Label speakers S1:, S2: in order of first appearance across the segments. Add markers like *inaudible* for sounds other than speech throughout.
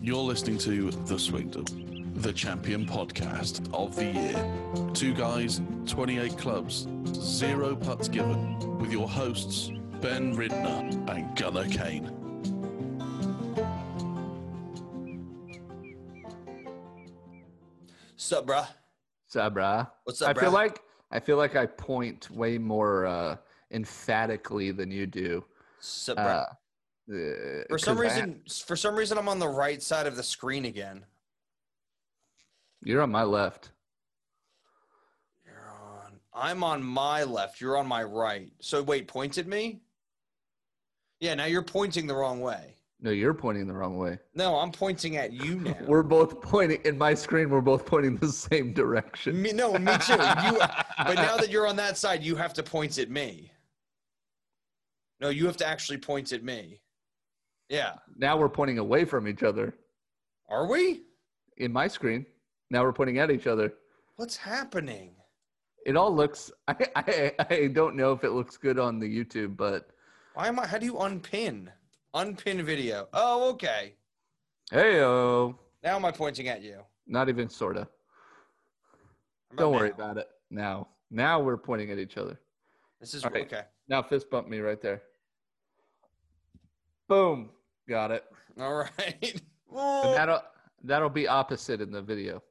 S1: You're listening to The Swingdom, the champion podcast of the year. Two guys, 28 clubs, zero putts given, with your hosts, Ben Ridner and Gunnar Kane.
S2: Sup, bruh?
S3: Sabra.
S2: What's up,
S3: I feel
S2: bruh?
S3: like I feel like I point way more uh, emphatically than you do.
S2: Sup, bruh?
S3: Uh, uh,
S2: for some
S3: 'cause I-
S2: reason, for some reason, I'm on the right side of the screen again.
S3: you're on my left.
S2: You're on. I'm on my left. You're on my right. So wait, point at me. Yeah, now you're pointing the wrong way.
S3: No, you're pointing the wrong way.
S2: No, I'm pointing at
S3: *laughs*
S2: you now.
S3: We're both pointing in my screen. We're both pointing the same direction.
S2: me, no, me too.
S3: *laughs*
S2: You, but now that you're on that side, you have to point at me. No, you have to actually point at me. Yeah,
S3: now we're pointing away from each other
S2: are we?
S3: in my screen. Now we're pointing at each other.
S2: What's happening?
S3: It all looks. *laughs* I, I I don't know if it looks good on the YouTube, but
S2: Why am I? How do you unpin? Unpin video. Oh, okay.
S3: hey, oh,
S2: Now am I pointing at you?
S3: not even sorta.
S2: How
S3: Don't worry
S2: now?
S3: about it. Now, now we're pointing at each other.
S2: This is
S3: All right.
S2: okay.
S3: Now fist bump me right there. Boom, got it.
S2: All right. *laughs*
S3: And
S2: Whoa.
S3: that'll that'll be opposite in the video.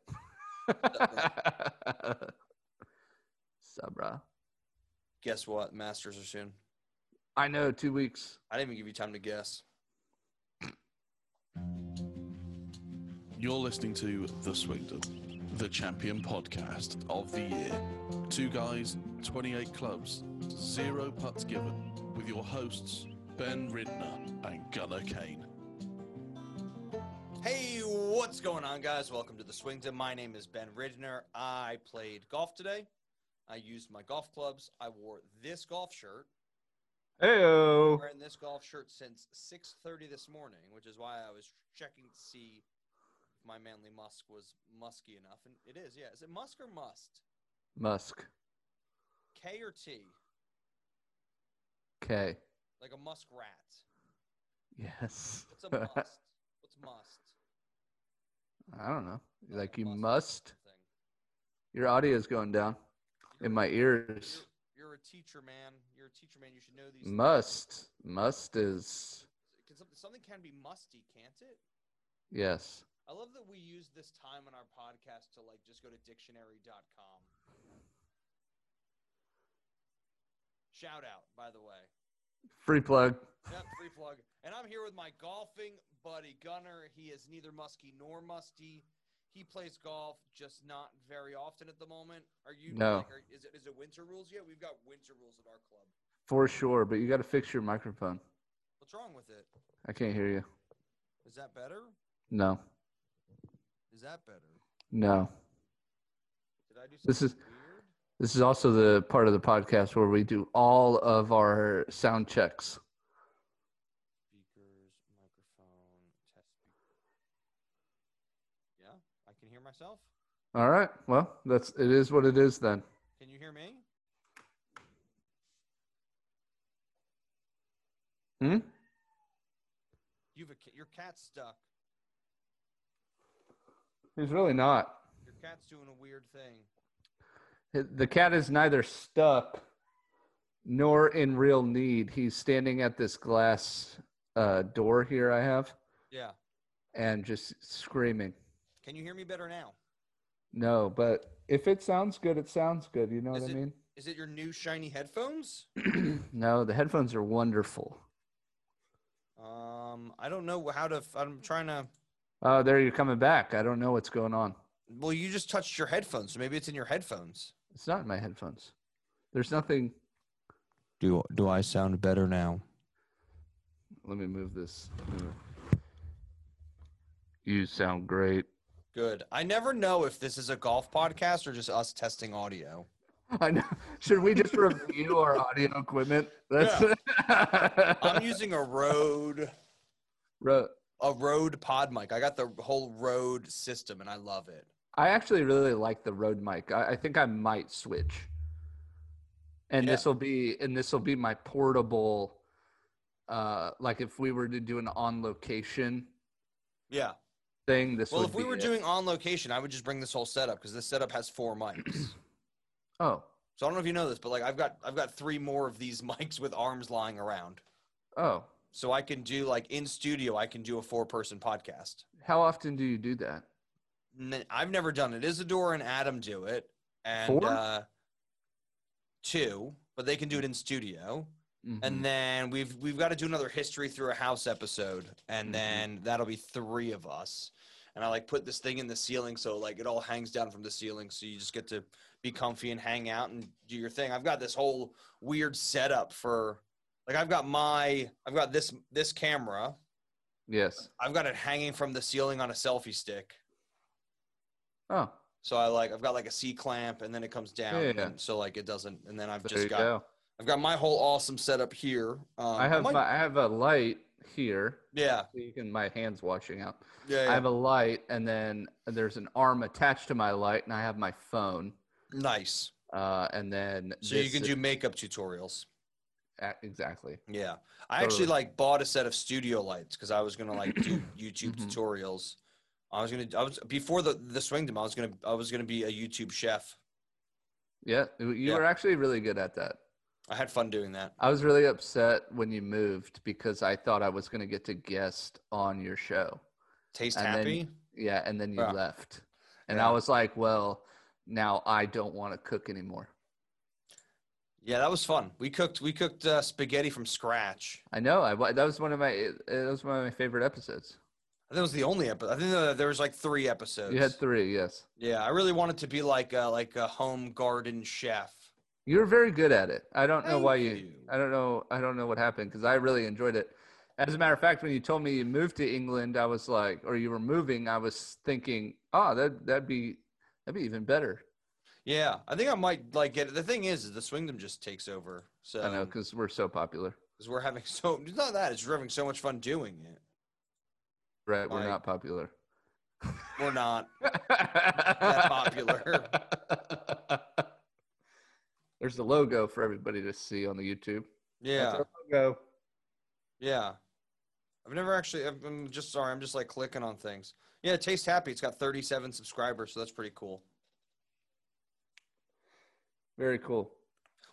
S3: *laughs* Sabra,
S2: guess what? Masters are soon.
S3: I know. Two weeks.
S2: I didn't even give you time to guess.
S1: You're listening to The Swingdom, the champion podcast of the year. Two guys, 28 clubs, zero putts given, with your hosts, Ben Ridner and Gunnar Kane.
S2: Hey, what's going on, guys? Welcome to the Swingdom. My name is Ben Ridner. I played golf today. I used my golf clubs. I wore this golf shirt.
S3: Heyo.
S2: Wearing this golf shirt since 6:30 this morning, which is why I was checking to see if my manly musk was musky enough, and it is. Yeah, is it musk or must?
S3: Musk.
S2: K or T?
S3: K.
S2: Like a musk rat.
S3: Yes.
S2: What's
S3: *laughs*
S2: a must? What's must?
S3: I don't know.
S2: Like
S3: Like
S2: a
S3: you
S2: must.
S3: must.
S2: Thing.
S3: Your audio's going down in my ears.
S2: You're, you're a teacher, man. You're a teacher, man. You should know these. things.
S3: Must. Must is
S2: Can something, something can be musty, can't it?
S3: yes.
S2: I love that we use this time on our podcast to like just go to dictionary.com. Shout out, by the way.
S3: Free plug.
S2: Yep, free plug. And I'm here with my golfing buddy Gunner. He is neither musky nor musty. He plays golf, just not very often at the moment. Are you?
S3: No.
S2: Like, are, is it is it winter rules yet? We've got winter rules at our club.
S3: For sure, but you got to fix your microphone.
S2: What's wrong with it?
S3: I can't hear you.
S2: Is that better?
S3: No,
S2: Is that better?
S3: no.
S2: Did I do something
S3: This is-
S2: weird?
S3: This is also the part of the podcast where we do all of our sound checks.
S2: Speakers, microphone, test speaker. Yeah, I can hear myself.
S3: All right. Well, that's it is what it is then.
S2: Can you hear me?
S3: Hmm?
S2: You've a, ca- your cat's stuck.
S3: He's really not.
S2: Your cat's doing a weird thing.
S3: The cat is neither stuck nor in real need. He's standing at this glass uh, door here I have
S2: Yeah.
S3: and just screaming.
S2: Can you hear me better now?
S3: No, but if it sounds good, it sounds good. You know
S2: Is
S3: what
S2: it-
S3: I mean?
S2: Is it your new shiny headphones?
S3: *clears throat* no, the headphones are wonderful.
S2: Um, I don't know how to. f- I'm trying to.
S3: Oh, there you're coming back. I don't know what's going on.
S2: Well, you just touched your headphones, so maybe it's in your headphones.
S3: It's not in my headphones. There's nothing.
S2: Do Do I sound better now?
S3: Let me move this. You sound great.
S2: Good. I never know if this is a golf podcast or just us testing audio.
S3: *laughs* I know. Should we just review our audio equipment? That's
S2: I'm using a Rode
S3: *laughs* Ro-
S2: a Rode pod mic. I got the whole Rode system, and I love it.
S3: I actually really like the Rode mic. I, I think I might switch. And
S2: Yeah.
S3: this will be and this will be my portable. Uh, like if we were to do an on location
S2: Yeah.
S3: thing, this
S2: Well,
S3: would
S2: if we
S3: be
S2: were
S3: it.
S2: doing on location, I would just bring this whole setup because this setup has four
S3: *clears throat*
S2: mics.
S3: oh,
S2: So I don't know if you know this, but like I've got I've got three more of these *laughs* mics with arms lying around.
S3: oh,
S2: So I can do like in studio, I can do a four person podcast.
S3: how often do you do that?
S2: N- I've never done it. Isadora and Adam do it, and
S3: Four?
S2: Uh, two, but they can do it in studio.
S3: Mhm.
S2: And then we've we've got to do another history through a house episode,
S3: Mm-hmm.
S2: and then that'll be three of us. And I like put this thing in the ceiling, so like it all hangs down from the ceiling, so you just get to be comfy and hang out and do your thing. I've got this whole weird setup for, like I've got my I've got this this camera,
S3: yes.
S2: I've got it hanging from the ceiling on a selfie stick.
S3: Oh,
S2: So I like I've got like a C clamp, and then it comes down,
S3: Yeah.
S2: and so like it doesn't. And then I've
S3: there
S2: just
S3: you
S2: got
S3: go.
S2: I've got my whole awesome setup here. Um,
S3: I have
S2: might-
S3: my- I have a light here.
S2: yeah,
S3: So you can my hands washing out.
S2: yeah, yeah.
S3: I have a light, and then there's an arm attached to my light, and I have my phone.
S2: Nice.
S3: Uh, and then
S2: So you
S3: this
S2: can
S3: is-
S2: do makeup tutorials.
S3: a- exactly.
S2: Yeah. I actually
S3: Totally.
S2: like bought a set of studio lights because I was gonna like
S3: *clears throat*
S2: do YouTube
S3: Mhm.
S2: tutorials. I was gonna I was before the the swingdom, I was gonna I was gonna be a YouTube chef.
S3: Yeah, you you
S2: Yeah.
S3: were actually really good at that.
S2: I had fun doing that.
S3: I was really upset when you moved because I thought I was going to get to guest on your show.
S2: Taste
S3: And then-
S2: happy.
S3: Yeah, and then you
S2: Yeah.
S3: left, and
S2: Yeah.
S3: I was like, well, now I don't want to cook anymore.
S2: yeah, that was fun. We cooked we cooked uh, spaghetti from scratch.
S3: I know. I wa- that was one of my it- that was one of my favorite episodes.
S2: I think it was the only episode. I think uh, there was like three episodes.
S3: You had three, yes.
S2: yeah, I really wanted to be like a, like a home garden chef.
S3: You're very good at it. I don't know why
S2: Thank
S3: you,
S2: you.
S3: I don't know. I don't know what happened because I really enjoyed it. As a matter of fact, when you told me you moved to England, I was like, or you were moving, I was thinking, oh, that that'd be that'd be even better.
S2: Yeah, I think I might like get it. The thing is, is the swingdom just takes over. So
S3: I know because we're so popular,
S2: because we're having so *laughs* it's not that it's we're having so much fun doing it.
S3: right? We're
S2: Like-
S3: not popular.
S2: We're not. popular.
S3: *laughs* There's the logo for everybody to see on the YouTube. That's
S2: Yeah,
S3: our logo.
S2: yeah. I've never actually. I've- I'm just sorry. I'm just like clicking on things. Yeah, Taste Happy. It's got 37 subscribers, so that's pretty cool.
S3: Very cool.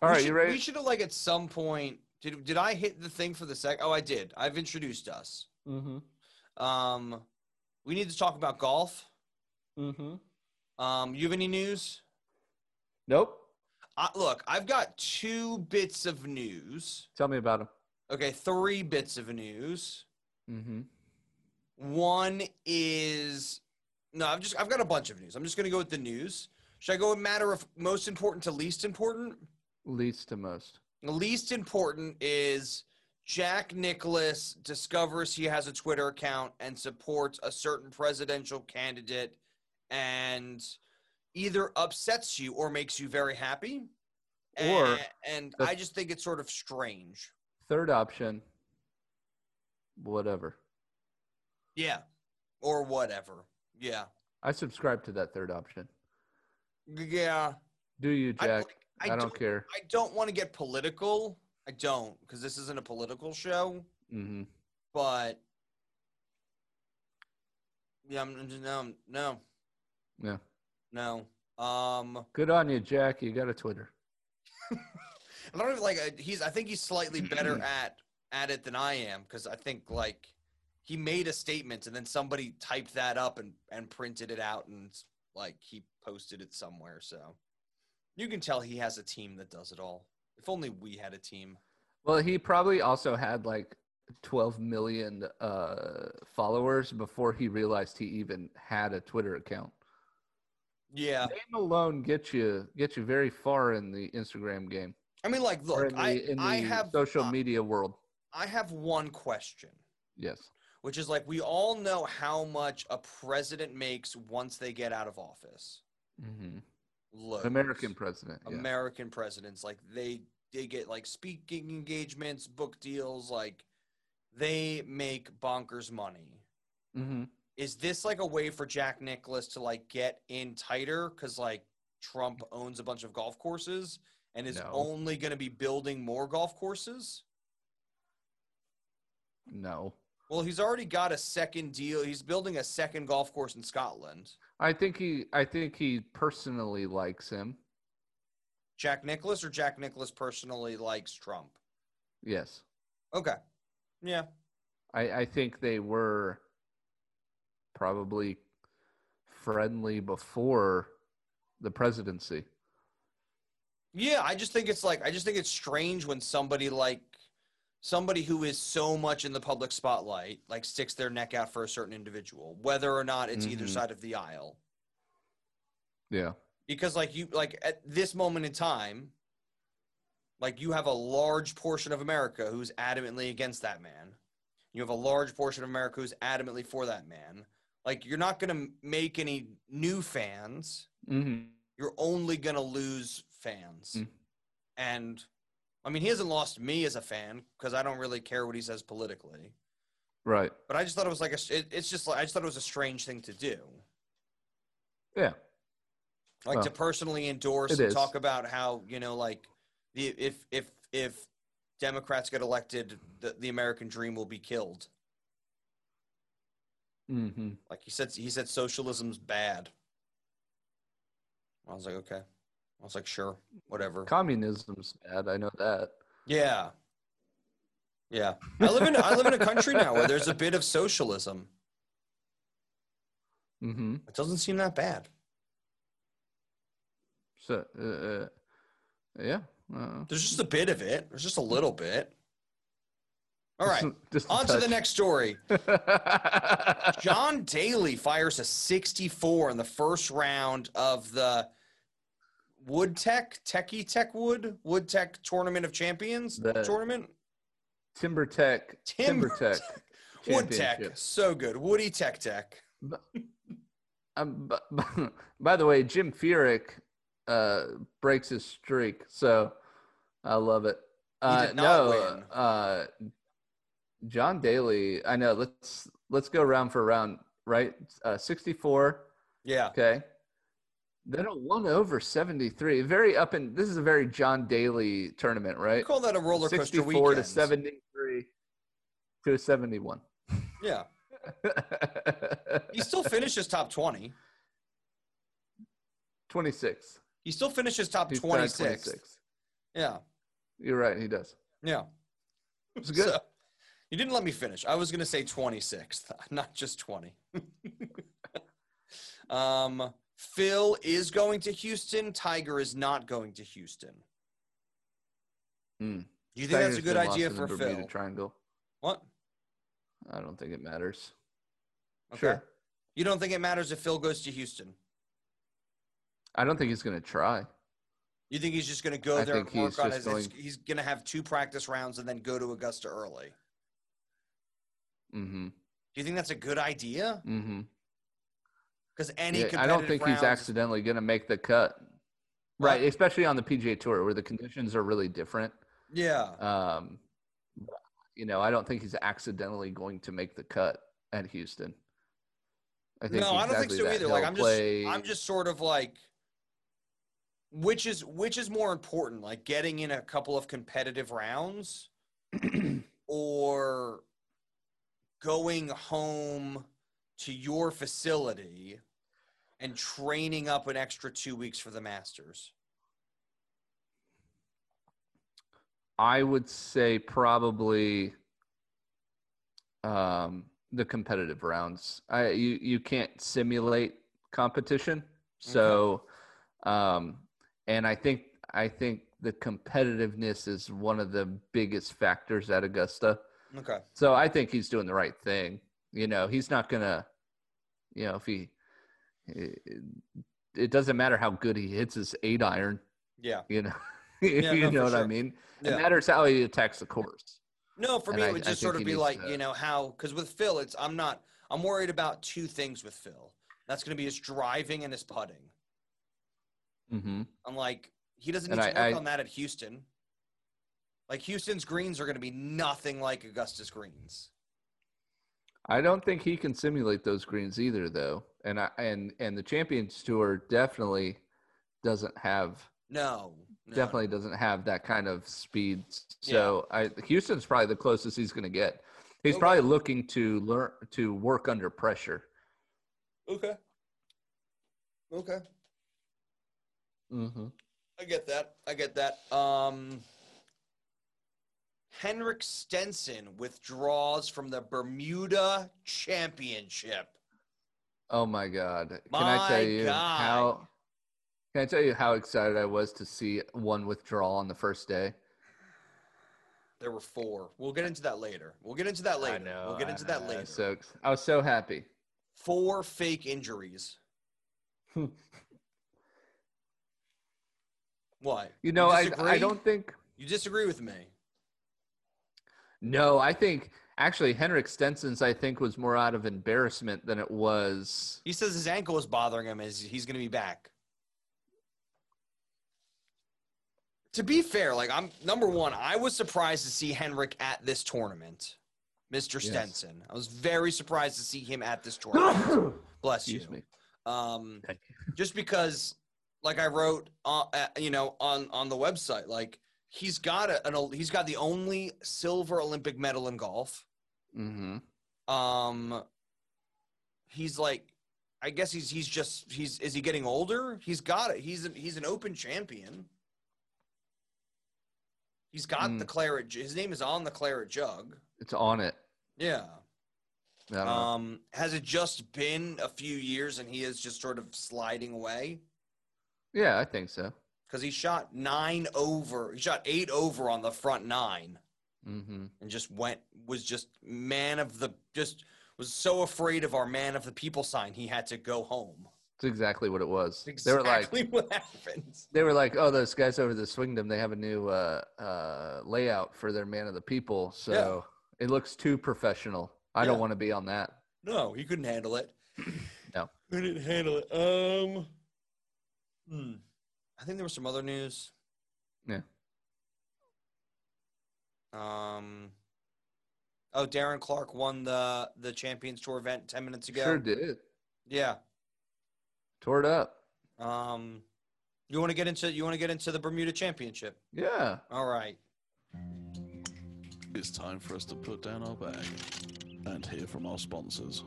S3: All right,
S2: we should,
S3: you ready?
S2: We should have like at some point. Did did I hit the thing for the sec? Oh, I did. I've introduced us.
S3: Mm-hmm.
S2: Um, we need to talk about golf.
S3: Mm-hmm.
S2: Um, you have any news?
S3: Nope.
S2: I, look, I've got two bits of news.
S3: Tell me about him.
S2: Okay, three bits of news.
S3: Mm-hmm.
S2: One is no, I've just I've got a bunch of news. I'm just gonna go with the news. Should I go in matter of most important to least important?
S3: Least to most.
S2: Least important is Jack Nicholas discovers he has a Twitter account and supports a certain presidential candidate and either upsets you or makes you very happy.
S3: Or-
S2: and, and I just think it's sort of strange.
S3: Third option. Whatever.
S2: Yeah. Or whatever. Yeah.
S3: I subscribe to that third option.
S2: Yeah.
S3: Do you,
S2: I don't-
S3: Jack? I,
S2: I
S3: don't,
S2: don't-
S3: care.
S2: I don't want to get political. I don't because this isn't a political show.
S3: hmm
S2: But yeah, I'm, I'm just- no, no,
S3: Yeah.
S2: no. Um,
S3: Good on you, Jack. You got a Twitter.
S2: I don't even like. uh, He's. I think he's slightly better at at it than I am because I think like he made a statement and then somebody typed that up and and printed it out and like he posted it somewhere. So you can tell he has a team that does it all. If only we had a team.
S3: Well, he probably also had like 12 million uh, followers before he realized he even had a Twitter account.
S2: Yeah.
S3: Name alone gets you get you very far in the Instagram game
S2: I mean, like,
S3: or
S2: look,
S3: in the,
S2: I,
S3: in
S2: I
S3: the
S2: have
S3: social
S2: uh,
S3: media world.
S2: I have one question,
S3: Yes.
S2: which is like, we all know how much a president makes once they get out of office.
S3: Mm-hmm.
S2: Look,
S3: American president. yeah.
S2: American presidents, like they they get like speaking engagements, book deals, like they make bonkers money.
S3: hmm
S2: Is this like a way for Jack Nicholas to like get in tighter? Because like Trump owns a bunch of golf courses and is
S3: No.
S2: only going to be building more golf courses.
S3: No.
S2: Well, he's already got a second deal. He's building a second golf course in Scotland.
S3: I think he I think he personally likes him.
S2: Jack Nicholas or Jack Nicholas personally likes Trump.
S3: Yes.
S2: Okay. Yeah.
S3: I, I think they were probably friendly before the presidency.
S2: Yeah, I just think it's like I just think it's strange when somebody like somebody who is so much in the public spotlight like sticks their neck out for a certain individual, whether or not it's either
S1: Mhm.
S2: side of the aisle.
S3: Yeah.
S2: Because like you like at this moment in time, like you have a large portion of America who's adamantly against that man. You have a large portion of America who's adamantly for that man. Like you're not going to make any new fans.
S3: Mm-hmm.
S2: you're only going to lose fans.
S3: Mm.
S2: And I mean, he hasn't lost me as a fan because I don't really care what he says politically.
S3: Right.
S2: But I just thought it was like a, it, it's just like, I just thought it was a strange thing to do.
S3: Yeah.
S2: Like to
S3: Well,
S2: personally endorse
S3: it
S2: and
S3: is.
S2: talk about how, you know, like the, if, if, if Democrats get elected, the, the American dream will be killed.
S3: Mm-hmm.
S2: Like he said, he said socialism's bad. I was like, okay. I was like, sure, whatever.
S3: Communism's bad. I know that.
S2: Yeah. Yeah. I live in I live in a country now where there's a bit of socialism.
S3: Mm-hmm.
S2: It doesn't seem that bad.
S3: So, uh, uh, yeah. Uh,
S2: There's just a bit of it. There's just a little bit. All
S3: *laughs*
S2: right.
S3: Just, just a
S2: On to the
S3: touch.
S2: next story. John Daly fires a 64 in the first round of the Wood Tech, Techie Tech Wood, Wood Tech Tournament of Champions
S3: The-
S2: tournament.
S3: *laughs* Timber Tech.
S2: Timber
S3: Timber Tech.
S2: Wood Tech,
S3: Championships.
S2: so good. Woody Tech Tech.
S3: Um, b- *laughs* by the way, Jim Furyk uh, breaks his streak, so I love it. Uh,
S2: did not
S3: no,
S2: win.
S3: Uh, John Daly. I know. Let's let's go round for round. Right, uh, sixty-four.
S2: Yeah.
S3: Okay. Then a one over seventy-three. Very up and this is a very John Daly tournament,
S2: I
S3: right?
S2: call that a roller coaster
S3: Sixty-four
S2: weekend.
S3: to seventy-three to a seventy-one. *laughs*
S2: Yeah. He still finishes top 20.
S3: Twenty-six.
S2: He still finishes top
S3: He's tied
S2: 26. Yeah.
S3: You're right. He does.
S2: Yeah.
S3: It's good.
S2: So, you didn't let me finish. I was going to say 26th, *laughs* not just 20. *laughs* um, Phil is going to Houston. Tiger is not going to Houston.
S3: Hmm.
S2: Do you think that's a
S3: Tiger's
S2: good
S3: been lost
S2: idea
S3: in the
S2: for
S3: Bermuda
S2: Phil?
S3: Triangle.
S2: What?
S3: I don't think it matters.
S2: Okay.
S3: Sure.
S2: You don't think it matters if Phil goes to Houston?
S3: I don't think he's going to try.
S2: You think he's just going to go
S3: I
S2: there and
S3: think
S2: work
S3: he's
S2: on
S3: just
S2: his? it's-
S3: going-
S2: He's going to have two practice rounds and then go to Augusta early.
S3: Mm-hmm.
S2: Do you think that's a good idea?
S3: Mm-hmm.
S2: Because any
S3: I don't
S2: competitive
S3: think he's
S2: rounds-
S3: accidentally going to make the cut. Right. Especially on the PGA Tour where the conditions are really different.
S2: Yeah.
S3: Um, you know, I don't think he's accidentally going to make the cut at Houston. I think
S2: no, I don't think
S3: exactly
S2: so
S3: that.
S2: either. Like
S3: He'll
S2: I'm
S3: play-
S2: just I'm just sort of like which is which is more important, like getting in a couple of competitive
S3: *clears throat*
S2: rounds or going home to your facility and training up an extra 2 weeks for the Masters.
S3: I would say probably um, the competitive rounds. I you you can't simulate competition, so um, and I think I think the competitiveness is one of the biggest factors at Augusta.
S2: Okay.
S3: So I think he's doing the right thing. You know, he's not gonna, you know, if he, it, it doesn't matter how good he hits his eight iron.
S2: Yeah.
S3: You know, *laughs*
S2: Yeah,
S3: you
S2: no, for
S3: know what I
S2: sure.
S3: mean. It
S2: Yeah.
S3: matters how he attacks the course.
S2: No, for
S3: And
S2: me,
S3: I-
S2: it would
S3: I
S2: just
S3: think
S2: sort
S3: he
S2: of be
S3: needs
S2: like,
S3: to-
S2: you know, how, because with Phil, it's, I'm not, I'm worried about two things with Phil. That's going to be his driving and his putting.
S3: Mm-hmm.
S2: I'm like, he doesn't need
S3: And
S2: to
S3: I-
S2: work
S3: I-
S2: on that at Houston. Like, Houston's greens are going to be nothing like Augusta's greens.
S3: I don't think he can simulate those greens either, though. And I and and the Champions Tour definitely doesn't have
S2: No. no.
S3: definitely doesn't have that kind of speed. So I Houston's probably the closest he's going to get. He's
S2: Okay.
S3: probably looking to learn to work under pressure.
S2: Okay. Okay.
S3: Mm-hmm.
S2: I get that. I get that. Um, Henrik Stenson withdraws from the Bermuda Championship.
S3: Oh my God! Can I tell
S2: My
S3: you
S2: God.
S3: how? Can I tell you how excited I was to see one withdrawal on the first day?
S2: There were four. We'll get into that later. We'll get into that later.
S3: I know.
S2: we'll get
S3: I
S2: into
S3: know,
S2: that
S3: I was
S2: later.
S3: So ex- I was so happy.
S2: Four fake
S3: *laughs*
S2: injuries.
S3: Hmm.
S2: what?
S3: You know, I I
S2: disagree?
S3: don't think.
S2: You disagree with me?
S3: No, I think actually Henrik Stenson's I think was more out of embarrassment than it was.
S2: He says his ankle is bothering him. Is he's going to be back? To be fair, like I'm number one, I was surprised to see Henrik at this tournament, Mr.
S3: Yes.
S2: Stenson. I was very surprised to see him at
S3: *laughs*
S2: this tournament. Bless you.
S3: Excuse me.
S2: Um,
S3: *laughs* Thank
S2: just because, like I wrote, uh, uh, you know, on on the website, like he's got a, an, ol- he's got the only silver Olympic medal in golf.
S3: Mm-hmm.
S2: Um, he's like, I guess he's he's just he's is he getting older? He's got it. He's an, he's an open champion. He's got
S3: Hmm.
S2: the claret. ju- His name is on the claret jug.
S3: It's on it.
S2: Yeah.
S3: I don't know.
S2: Um, has it just been a few years and he is just sort of sliding away?
S3: Yeah, I think so.
S2: Because he shot nine over. He shot eight over on the front nine.
S3: Mm-hmm.
S2: and just went was just man of the just was so afraid of our man of the people sign he had to go home.
S3: It's exactly what it was.
S2: Exactly
S3: They were like,
S2: what happens.
S3: they were like, oh, those guys over the Swingdom, they have a new uh, uh, layout for their Man of the People, so it looks too professional. I
S2: Yeah.
S3: don't want to be on that.
S2: No, he couldn't handle it.
S3: *clears throat* No.
S2: couldn't handle it. Um, hmm. I think there was some other news.
S3: Yeah.
S2: Um. Oh, Darren Clark won the the Champions Tour event ten minutes ago.
S3: Sure did.
S2: Yeah.
S3: Tore it up.
S2: Um. You want to get into you want to get into the Bermuda Championship?
S3: Yeah.
S2: All right.
S1: It's time for us to put down our bag and hear from our sponsors.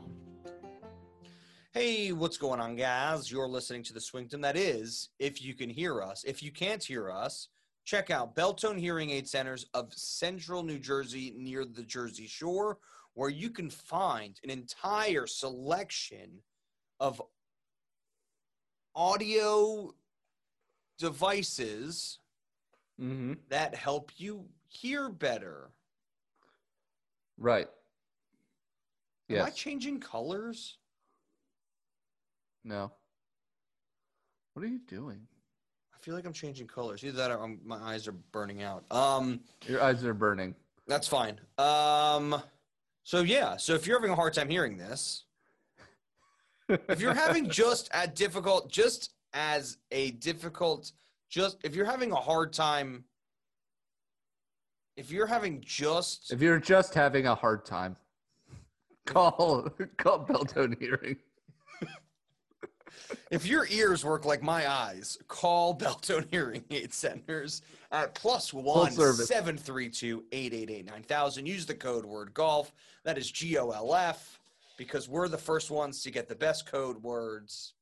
S2: Hey, what's going on, guys? You're listening to the Swingdom. That is, if you can hear us. If you can't hear us, check out Beltone Hearing Aid Centers of Central New Jersey near the Jersey Shore, where you can find an entire selection of audio devices
S3: Mm-hmm.
S2: that help you hear better.
S3: Right.
S2: Am I
S3: Yes.
S2: changing colors?
S3: No. What are you doing?
S2: I feel like I'm changing colors. Either that or I'm, my eyes are burning out. Um,
S3: Your eyes are burning.
S2: That's fine. Um, so yeah, so if you're having a hard time hearing this, if you're having just a difficult, just as a difficult, just if you're having a hard time, if you're having just
S3: *laughs* If you're just having a hard time, call *laughs* call Beltone Hearing.
S2: if your ears work like my eyes, call Beltone *laughs* Hearing Aid Centers at plus one
S3: service.
S2: seven three two eight eight eight nine thousand. Use the code word golf. That is G O L F because we're the first ones to get the best code words.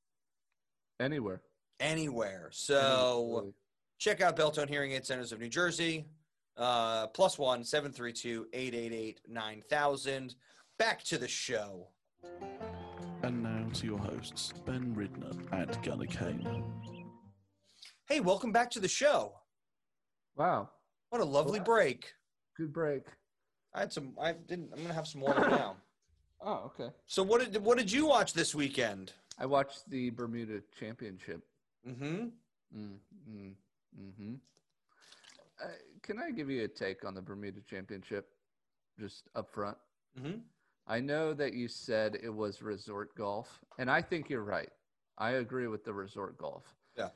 S3: Anywhere.
S2: anywhere.
S3: Anywhere,
S2: So
S3: really.
S2: check out Beltone Hearing Aid Centers of New Jersey, uh, plus one seven three two eight eight eight nine thousand. Back to the show.
S1: And now to your hosts, Ben Ridner and Gunnar Kane.
S2: Hey, welcome back to the show.
S3: Wow.
S2: What a lovely break.
S3: Good break.
S2: I had some. I didn't. I'm gonna have some
S3: *laughs*
S2: water now.
S3: Oh, okay.
S2: So what did what did you watch this weekend?
S3: I watched the Bermuda Championship.
S2: Mm-hmm.
S3: Mm, mm, mm-hmm. Uh, can I give you a take on the Bermuda Championship, just up front?
S2: Mm-hmm.
S3: I know that you said it was resort golf, and I think you're right. I agree with the resort golf.
S2: Yeah.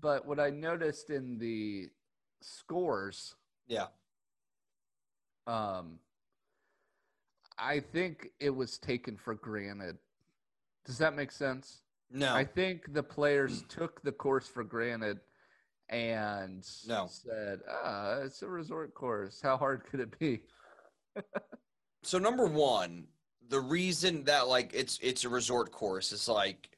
S3: But what I noticed in the scores,
S2: Yeah.
S3: um, I think it was taken for granted. Does that make sense?
S2: No.
S3: I think the players took the course for granted and
S2: No.
S3: said, ah, it's a resort course. How hard could it be?
S2: so number one, the reason that like it's it's a resort course is like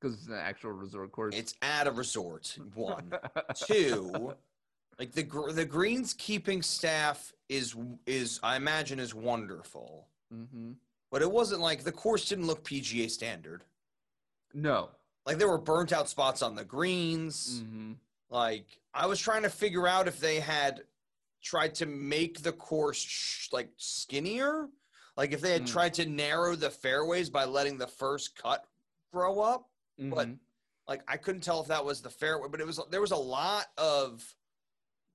S3: because it's an actual resort course.
S2: it's at a resort.
S3: *laughs*
S2: One, two, like the gr- the greenskeeping staff is is I imagine is wonderful,
S3: hmm
S2: but it wasn't like the course didn't look PGA standard.
S3: No.
S2: Like there were burnt out spots on the greens.
S3: hmm
S2: Like I was trying to figure out if they had tried to make the course sh- like skinnier, like if they had
S3: Mm.
S2: tried to narrow the fairways by letting the first cut grow up. But-
S3: Mhm.
S2: Like I couldn't tell if that was the fairway, but it was there was a lot of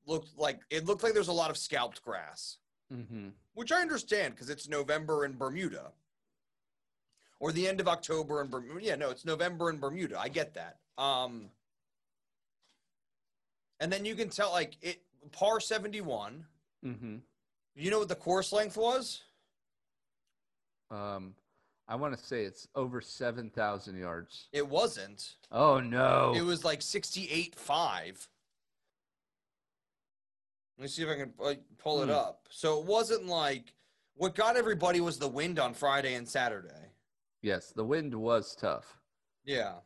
S2: looked like it looked like there was a lot of scalped grass,
S3: Mhm.
S2: which I understand because it's November in Bermuda. Or the end of October in Bermuda. Yeah, no, it's November in Bermuda. I get that. Um, and then you can tell, like, it par 71.
S3: Mhm.
S2: You know what the course length was?
S3: Um, I want to say it's over seven thousand yards.
S2: It wasn't.
S3: Oh no!
S2: It was like 68.5. Let me see if I can uh, pull it
S3: Hmm.
S2: up. So it wasn't like what got everybody was the wind on Friday and Saturday.
S3: yes, the wind was tough.
S2: Yeah.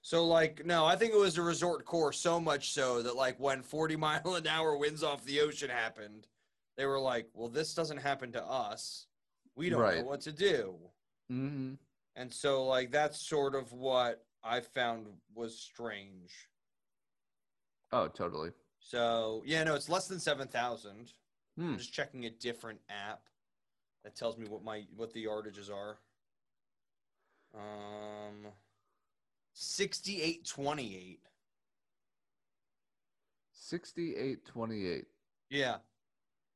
S2: So like no, I think it was a resort course so much so that like when 40 *laughs* mile an hour winds off the ocean happened, they were like, "Well, this doesn't happen to us. We don't know
S3: Right.
S2: what to do."
S3: hmm
S2: And so like that's sort of what I found was strange.
S3: Oh, totally.
S2: So yeah, no, it's less than seven thousand.
S3: Hmm.
S2: I'm just checking a different app that tells me what my what the yardages are. Um, sixty-eight twenty-eight.
S3: Sixty-eight twenty-eight.
S2: Yeah,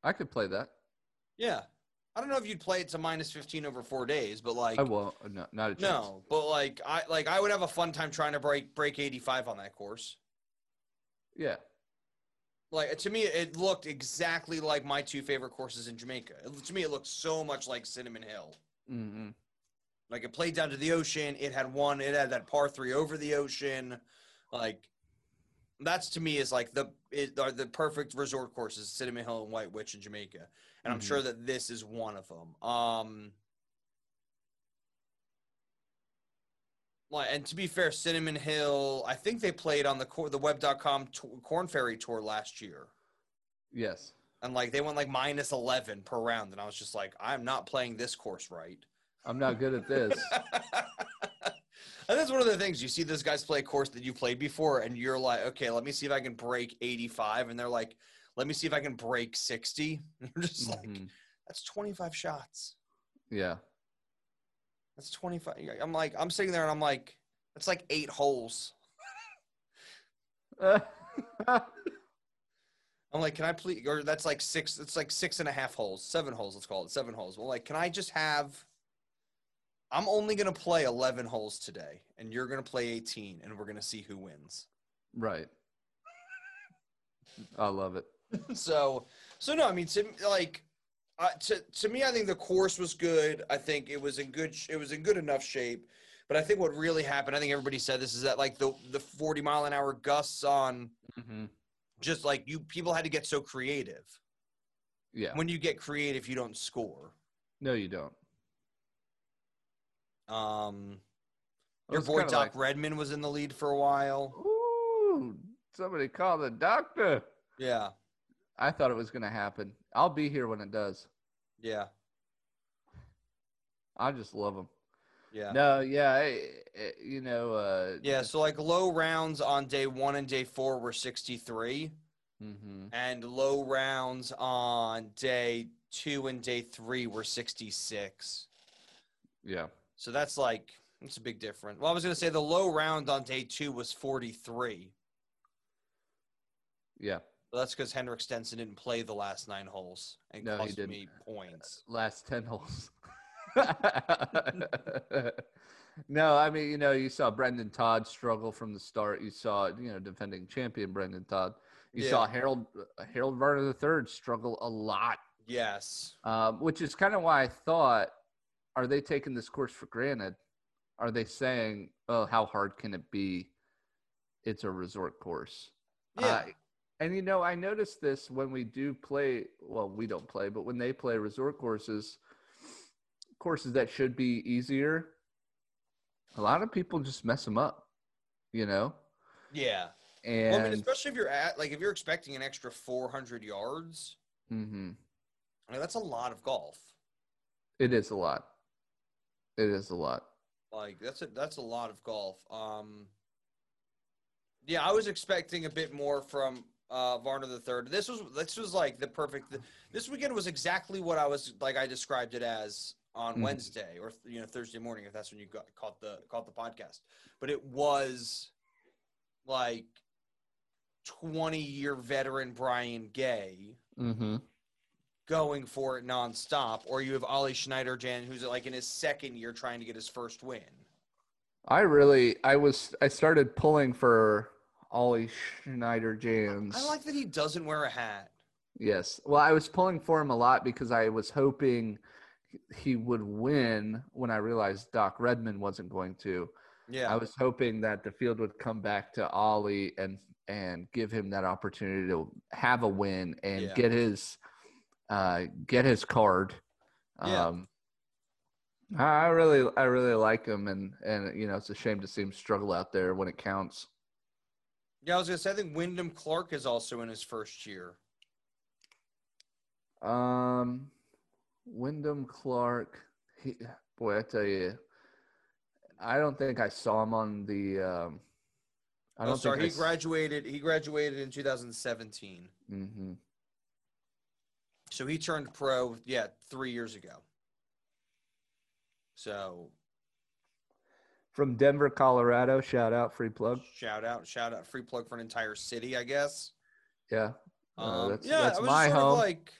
S3: I could play that.
S2: yeah. I don't know if you'd play it to minus fifteen over four days, but like
S3: I won't. No, not a chance.
S2: no, but like I like I would have a fun time trying to break break eighty-five on that course.
S3: Yeah.
S2: Like to me, it looked exactly like my two favorite courses in Jamaica. It, to me, it looked so much like Cinnamon Hill.
S3: hmm
S2: Like it played down to the ocean. It had one. It had that par three over the ocean. Like that's to me is like the is, are the perfect resort courses: Cinnamon Hill and White Witch in Jamaica. And I'm
S3: Mhm.
S2: sure that this is one of them. Um, like, and to be fair, Cinnamon Hill. I think they played on the cor- the Web.com to- Corn Ferry Tour last year,
S3: Yes.
S2: and like they went like minus eleven per round. And I was just like, I'm not playing this course right.
S3: I'm not good at
S2: *laughs*
S3: this.
S2: and that's one of the things you see those guys play a course that you played before and you're like okay let me see if i can break 85 and they're like let me see if i can break 60 *laughs* and you're just like
S3: Mhm.
S2: that's 25 shots
S3: Yeah. *laughs*
S2: that's 25 i'm like i'm sitting there and i'm like that's like eight holes i'm like can i please or that's like six it's like six and a half holes seven holes let's call it seven holes well like can i just have i'm only going to play 11 holes today and you're going to play 18 and we're going to see who wins
S3: right. I love it.
S2: so so no i mean to like uh, to to me i think the course was good i think it was in good sh- it was in good enough shape but i think what really happened i think everybody said this is that like the the 40 mile an hour gusts on
S3: hmm
S2: just like you people had to get so creative
S3: Yeah.
S2: when you get creative you don't score
S3: No, you don't.
S2: um
S3: Well,
S2: your
S3: it's
S2: boy
S3: kinda
S2: doc
S3: like-
S2: redman was in the lead for a while
S3: Ooh, somebody call the doctor.
S2: yeah
S3: I thought it was going to happen. I'll be here when it does.
S2: yeah
S3: I just love them.
S2: yeah
S3: No, yeah, I- I- you know, uh,
S2: yeah so like low rounds on day one and day four were 63
S3: hmm
S2: and low rounds on day two and day three were 66
S3: yeah,
S2: so that's like it's a big difference well i was going to say the low round on day two was 43
S3: yeah.
S2: but that's because henrik stenson didn't play the last nine holes and
S3: No, he
S2: cost
S3: didn't.
S2: me points
S3: Last ten holes. *laughs* no, I mean, you know, you saw Brendan Todd struggle from the start. You saw, you know, defending champion Brendan Todd. You
S2: Yeah.
S3: saw Harold uh, Harold Varner the third struggle a lot
S2: yes
S3: um, which is kind of why I thought, are they taking this course for granted? Are they saying, oh, how hard can it be? It's a resort course.
S2: yeah
S3: I, And you know, I noticed this when we do play. Well, we don't play, but when they play resort courses, courses that should be easier, a lot of people just mess them up. You know,
S2: Yeah.
S3: and
S2: Well, I mean, especially if you're at like if you're expecting an extra 400 yards,
S3: mhm.
S2: I mean, that's a lot of golf.
S3: it is a lot. It is a lot.
S2: Like that's a that's a lot of golf. Um. Yeah, I was expecting a bit more from uh, Varner the third. This was this was like the perfect. This weekend was exactly what I was like. I described it as on
S3: Mhm.
S2: Wednesday or you know Thursday morning if that's when you got caught the caught the podcast. But it was like twenty year veteran Brian Gay
S3: Mm-hmm.
S2: going for it nonstop, or you have Ollie Schneider Jan, who's like in his second year trying to get his first win.
S3: I really, I was, I started pulling for Ollie Schneider Jans.
S2: I like that he doesn't wear a hat.
S3: Yes. Well, I was pulling for him a lot because I was hoping he would win when I realized Doc Redman wasn't going to.
S2: Yeah,
S3: I was hoping that the field would come back to Ollie and and give him that opportunity to have a win and
S2: Yeah.
S3: get his uh, get his card.
S2: Yeah.
S3: Um, I I really I really like him and and you know it's a shame to see him struggle out there when it counts.
S2: yeah. I was gonna say I think Wyndham Clark is also in his first year.
S3: Um, Wyndham Clark. He, boy, I tell you, I don't think I saw him on the. Um, I
S2: oh,
S3: don't
S2: sorry, he
S3: think. I s-
S2: graduated. He graduated in 2017,
S3: Mhm.
S2: so he turned pro. Yeah, three years ago. So
S3: From Denver, Colorado. Shout out, free plug.
S2: shout out, shout out, free plug for an entire city, I guess.
S3: Yeah, Uh,
S2: Um,
S3: that's-
S2: yeah,
S3: that's
S2: I was
S3: my
S2: sort
S3: home.
S2: Of like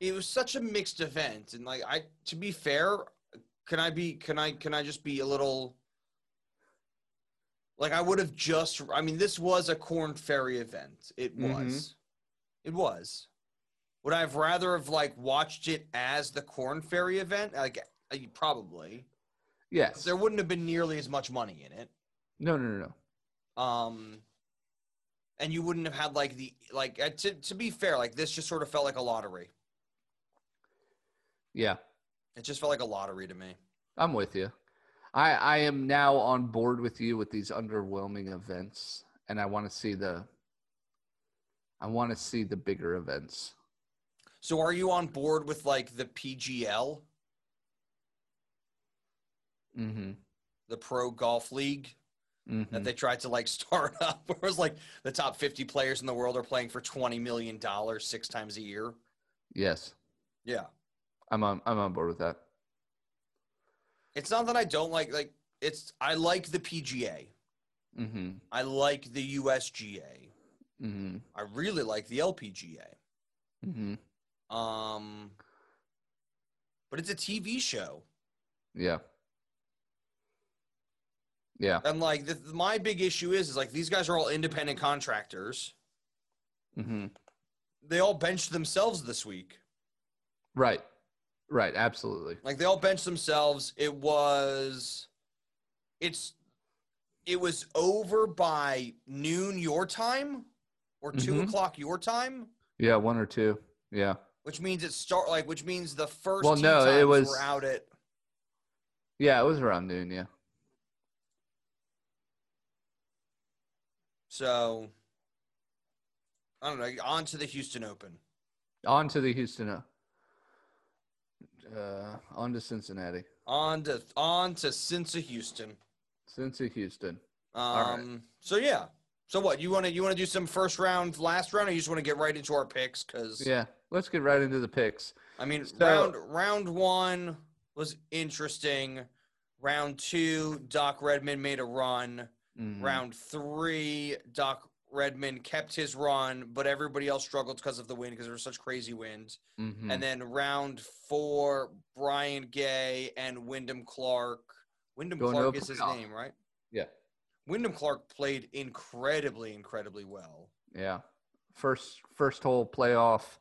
S2: it was such a mixed event, and like I, to be fair, can I be? Can I? Can I just be a little? Like I would have just. I mean, this was a corn fairy event. It was.
S3: Mhm.
S2: It was. Would I have rather have like watched it as the corn fairy event? Like uh, probably.
S3: yes.
S2: There wouldn't have been nearly as much money in it
S3: No, no, no, no.
S2: um and you wouldn't have had like the like uh, to, to be fair like this just sort of felt like a lottery
S3: Yeah,
S2: it just felt like a lottery to me
S3: I'm with you. I I am now on board with you with these underwhelming events, and I want to see the. I want to see the bigger events.
S2: so are you on board with like the pgl
S3: Mm-hmm.
S2: the pro golf league
S3: mm-hmm.
S2: that they tried to like *laughs* start up where it was like the top 50 players in the world are playing for 20 million dollars six times a year
S3: yes,
S2: yeah
S3: I'm on. I'm on board with that.
S2: it's not that i don't like like it's i like the pga
S3: Mm-hmm.
S2: i like the usga
S3: Mm-hmm.
S2: i really like the lpga
S3: Mm-hmm.
S2: Um, but it's a TV show,
S3: Yeah. Yeah.
S2: and like the, my big issue is, is like these guys are all independent contractors.
S3: Mm-hmm.
S2: They all benched themselves this week.
S3: Right. Right. Absolutely.
S2: Like they all benched themselves. It was, it's, it was over by noon your time, or 2
S3: Mhm.
S2: o'clock your time,
S3: Yeah. One or two. Yeah.
S2: which means it start like which means the first.
S3: Well,
S2: tee
S3: no, it
S2: times
S3: was-
S2: were out at.
S3: Yeah. It was around noon. Yeah.
S2: So, I don't know. On to the Houston Open.
S3: On to the Houston. Uh, uh, on to Cincinnati.
S2: On to on to Cincy Houston.
S3: Cincy Houston.
S2: Um
S3: right.
S2: so yeah. So what you wanna you wanna do some first round, last round, or you just wanna get right into our picks? Cause
S3: Yeah. Let's get right into the picks.
S2: I mean
S3: So-
S2: round round one was interesting. Round two, Doc Redman made a run.
S3: Mhm.
S2: Round three, Doc Redman kept his run, but everybody else struggled because of the wind, because there was such crazy wind.
S3: Mhm.
S2: And then round four, Brian Gay and Wyndham Clark. Wyndham
S3: Going to
S2: Clark
S3: a
S2: is his
S3: playoff.
S2: name, right?
S3: Yeah.
S2: Wyndham Clark played incredibly, incredibly well.
S3: Yeah. First first hole playoff.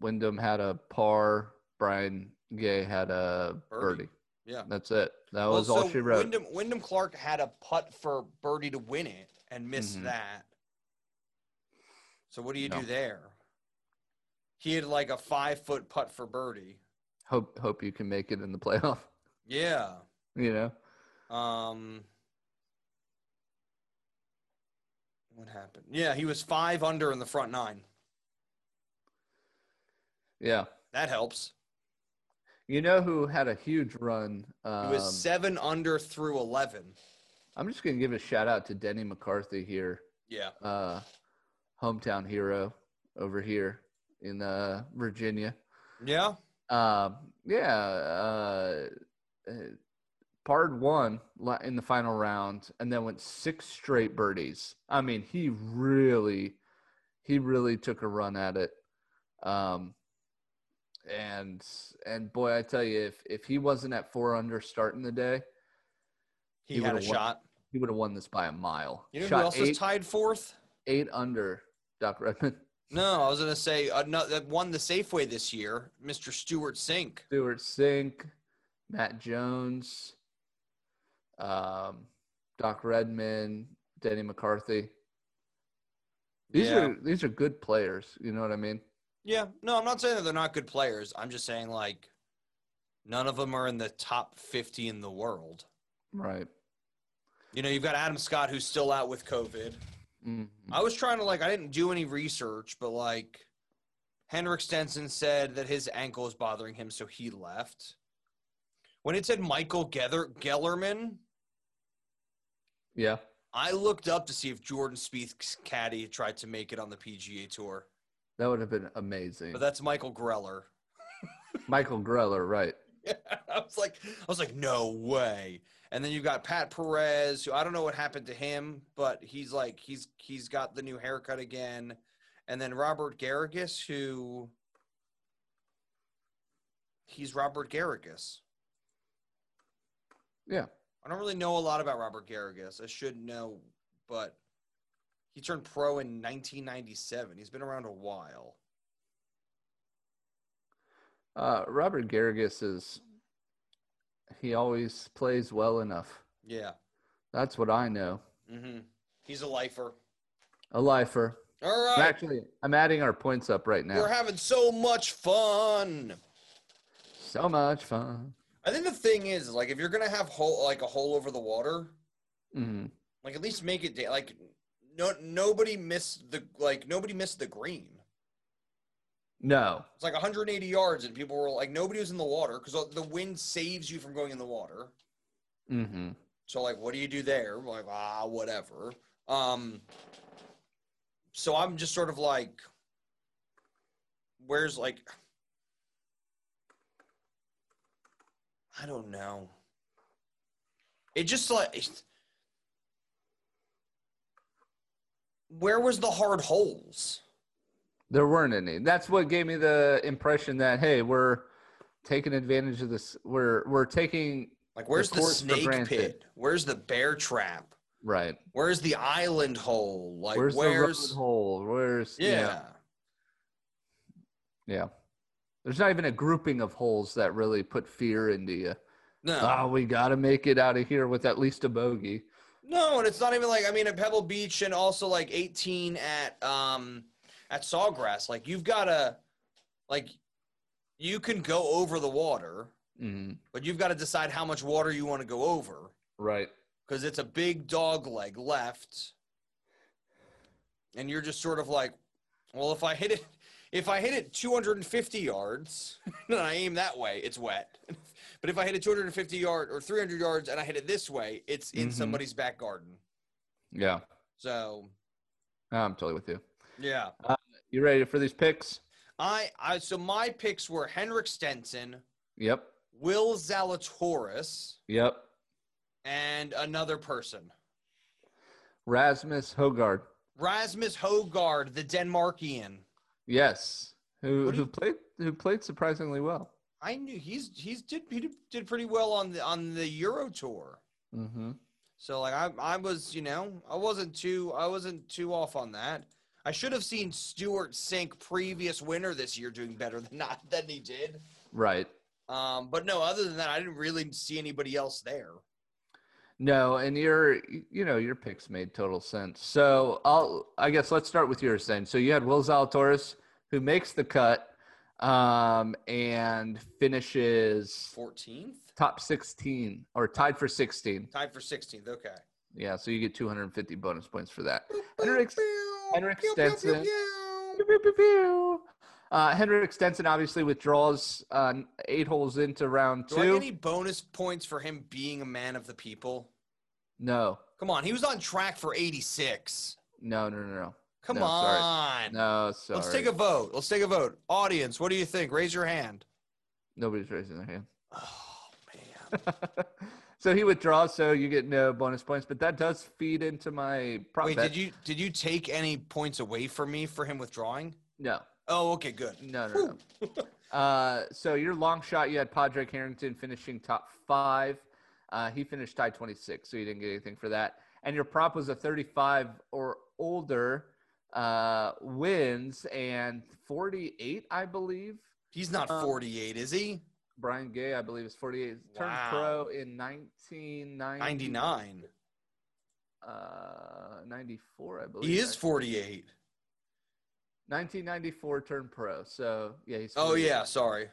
S3: Wyndham had a par. Brian Gay had a
S2: Birdie.
S3: birdie.
S2: Yeah.
S3: That's it. That was all she wrote.
S2: Wyndham, Wyndham Clark had a putt for birdie to win it and missed
S3: Mhm.
S2: that. So what do you
S3: Mm-hmm. No.
S2: do there? He had like a five foot putt for birdie.
S3: Hope hope you can make it in the *laughs* playoff.
S2: Yeah.
S3: You know,
S2: Um, what happened? Yeah, he was five under in the front nine.
S3: yeah.
S2: That helps.
S3: You know who had a huge run?
S2: He
S3: Um,
S2: was seven under through eleven.
S3: I'm just gonna give a shout out to Denny McCarthy here,
S2: Yeah.
S3: uh, hometown hero over here in uh, Virginia.
S2: Yeah.
S3: Um, yeah, uh, uh, parred one la- in the final round, and then went six straight birdies. I mean, he really, he really took a run at it. Um, and and boy, I tell you, if if he wasn't at four under starting the day,
S2: He,
S3: He
S2: had a
S3: would've won.
S2: shot.
S3: he would have won this by a mile.
S2: You know who
S3: Shot
S2: else
S3: eight,
S2: is tied fourth?
S3: eight under Doc Redmond.
S2: No, I was gonna say uh, no, that won the Safeway this year, Mr. Stewart Sink.
S3: Stewart Sink, Matt Jones, um, Doc Redman, Denny McCarthy. These
S2: yeah.
S3: are these are good players. You know what I mean?
S2: yeah. No, I'm not saying that they're not good players. I'm just saying like none of them are in the top fifty in the world.
S3: Right.
S2: You know, you've got Adam Scott who's still out with COVID.
S3: Mm.
S2: I was trying to like I didn't do any research, but like Henrik Stenson said that his ankle was bothering him, so he left. When it said Michael Gether- Gellerman,
S3: Yeah.
S2: I looked up to see if Jordan Spieth's caddy tried to make it on the PGA Tour,
S3: That would have been amazing.
S2: but that's Michael Greller.
S3: Michael Greller, right?
S2: *laughs* I was like, I was like, no way. And then you've got Pat Perez, who I don't know what happened to him, but he's like, he's he's got the new haircut again. And then Robert Garrigus, who he's Robert Garrigus.
S3: Yeah.
S2: I don't really know a lot about Robert Garrigus. I should know, but he turned pro in 1997. He's been around a while.
S3: Uh, Robert Garrigus is. He always plays well enough.
S2: Yeah.
S3: That's what I know.
S2: hmm He's a lifer.
S3: A lifer.
S2: All right.
S3: I'm Actually, I'm adding our points up right now.
S2: We're having so much fun.
S3: so much fun.
S2: I think the thing is, like, if you're gonna have hole like a hole over the water,
S3: hmm
S2: like at least make it da- like no nobody missed the like nobody missed the green.
S3: No,
S2: It's like 180 yards, and people were like nobody was in the water because the wind saves you from going in the water.
S3: Mm-hmm.
S2: So like, what do you do there? Like ah, whatever. Um, so I'm just sort of like, where's like, I don't know. It just like, where was the hard holes?
S3: There weren't any. That's what gave me the impression that hey, we're taking advantage of this. We're we're taking
S2: Like, where's the
S3: course for
S2: snake
S3: granted.
S2: pit? Where's the bear trap?
S3: right.
S2: Where's the island hole? Like,
S3: where's,
S2: where's,
S3: the road hole? Where's you know,
S2: yeah.
S3: yeah. There's not even a grouping of holes that really put fear into you.
S2: No.
S3: Oh, we got to make it out of here with at least a bogey.
S2: No, and it's not even like I mean at Pebble Beach and also like 18 at um at Sawgrass. Like you've got to like you can go over the water,
S3: Mm,
S2: but you've got to decide how much water you want to go over
S3: right.
S2: because it's a big dog leg left. And you're just sort of like, well, if I hit it if I hit it 250 yards *laughs* and I aim that way, it's wet. *laughs* But if I hit it 250 yard or 300 yards and I hit it this way, it's in
S3: Mhm.
S2: somebody's back garden.
S3: Yeah,
S2: So
S3: I'm totally with you.
S2: yeah,
S3: You ready for these picks?
S2: I I so my picks were Henrik Stenson,
S3: Yep.
S2: Will Zalatoris,
S3: Yep.
S2: and another person,
S3: Rasmus Hogard.
S2: Rasmus Hogard, the Denmarkian.
S3: Yes. Who
S2: What do
S3: who
S2: you-
S3: played who played surprisingly well.
S2: I knew he's he's did he did- did pretty well on the on the Euro tour.
S3: Mm-hmm.
S2: So like I I was you know I wasn't too I wasn't too off on that. I should have seen Stuart Sink, previous winner this year, doing better than not than he did.
S3: Right.
S2: Um, but no, other than that, I didn't really see anybody else there.
S3: No, and your you know your picks made total sense. So I'll I guess let's start with yours then. So you had Will Zalatoris who makes the cut um, and finishes
S2: 14th?
S3: top 16 or tied for 16.
S2: Tied for 16th. Okay.
S3: Yeah, so you get 250 bonus points for that. Henrik, Henrik Stenson. Uh, Henrik Stenson obviously withdraws uh, eight holes into round
S2: Do I get
S3: two.
S2: any bonus points for him being a man of the people?
S3: No,
S2: Come on, he was on track for 86.
S3: no, no, no, no.
S2: Come
S3: No, sorry.
S2: on.
S3: No, sorry.
S2: Let's take a vote. Let's take a vote. Audience, what do you think? Raise your hand.
S3: Nobody's raising their hand.
S2: Oh, man.
S3: *laughs* so he withdraws, so you get no bonus points, but that does feed into my prop
S2: Wait,
S3: bet.
S2: did you did you take any points away from me for him withdrawing?
S3: No,
S2: Oh, okay, good.
S3: no, no, no. uh, so your long shot, you had Padraig Harrington finishing top five. Uh, he finished tied 26, so you didn't get anything for that. And your prop was a 35 or older uh, wins and 48, I believe.
S2: He's not
S3: Um,
S2: 48, is he?
S3: Brian Gay, I believe, is 48. Turned
S2: Wow.
S3: pro in 1990.
S2: 99.
S3: uh 94 i believe
S2: He is
S3: actually.
S2: 48.
S3: 1994 turned pro so yeah he's
S2: Oh
S3: 48.
S2: yeah, sorry.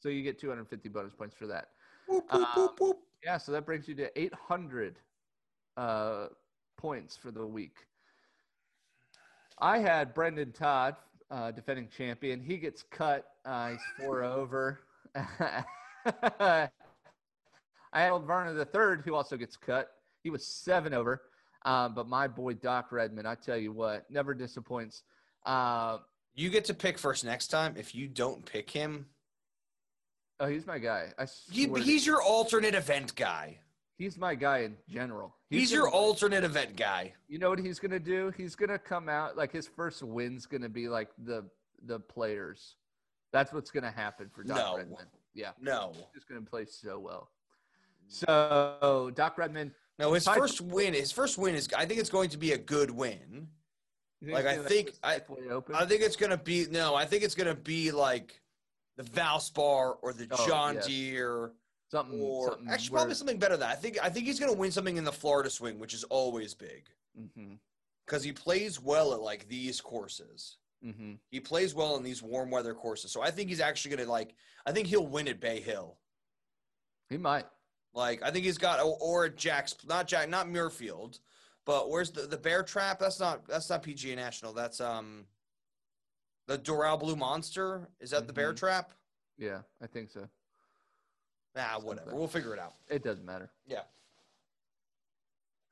S3: so you get 250 bonus points for that
S2: Whoop,
S3: Um,
S2: whoop, whoop, whoop.
S3: yeah so that brings you to 800 uh points for the week i had brendan todd uh defending champion he gets cut uh he's
S2: *laughs*
S3: four over *laughs* i had old vernon the third who also gets cut he was seven over um, but my boy doc redman i tell you what never disappoints um
S2: You get to pick first next time. If you don't pick him,
S3: Oh, he's my guy. I
S2: he,
S3: swear to-
S2: he's your alternate event guy.
S3: he's my guy in general.
S2: He's, your
S3: gonna-
S2: alternate event guy.
S3: You know what he's gonna do? He's gonna come out like his first win's gonna be like the the players. That's what's gonna happen for Doc
S2: No.
S3: Redman. Yeah,
S2: No,
S3: he's gonna play so well.
S2: Mm.
S3: So Doc Redman,
S2: no. His
S3: Type-
S2: first win. His first win is. I think it's going to be a good win.
S3: you
S2: Like,
S3: he's
S2: I
S3: gonna
S2: think
S3: his
S2: I-
S3: halfway open?
S2: I think it's gonna be no. I think it's gonna be like the Valspar or the
S3: Oh,
S2: John
S3: yes.
S2: Deere
S3: something,
S2: or
S3: something
S2: actually
S3: where-
S2: probably something better than that. I think I think he's gonna win something in the Florida Swing, which is always big
S3: Mhm,
S2: because he plays well at like these courses.
S3: mhm.
S2: He plays well in these warm weather courses, so I think he's actually gonna like. I think he'll win at Bay Hill.
S3: He might.
S2: Like I think he's got or, or at Jack's not Jack not Muirfield, but where's the the Bear Trap? That's not that's not PGA National. That's um. The Doral Blue Monster is that the Bear
S3: Mhm.
S2: Trap?
S3: Yeah, I think so.
S2: Nah, whatever.
S3: Something.
S2: We'll figure it out.
S3: It doesn't matter.
S2: Yeah.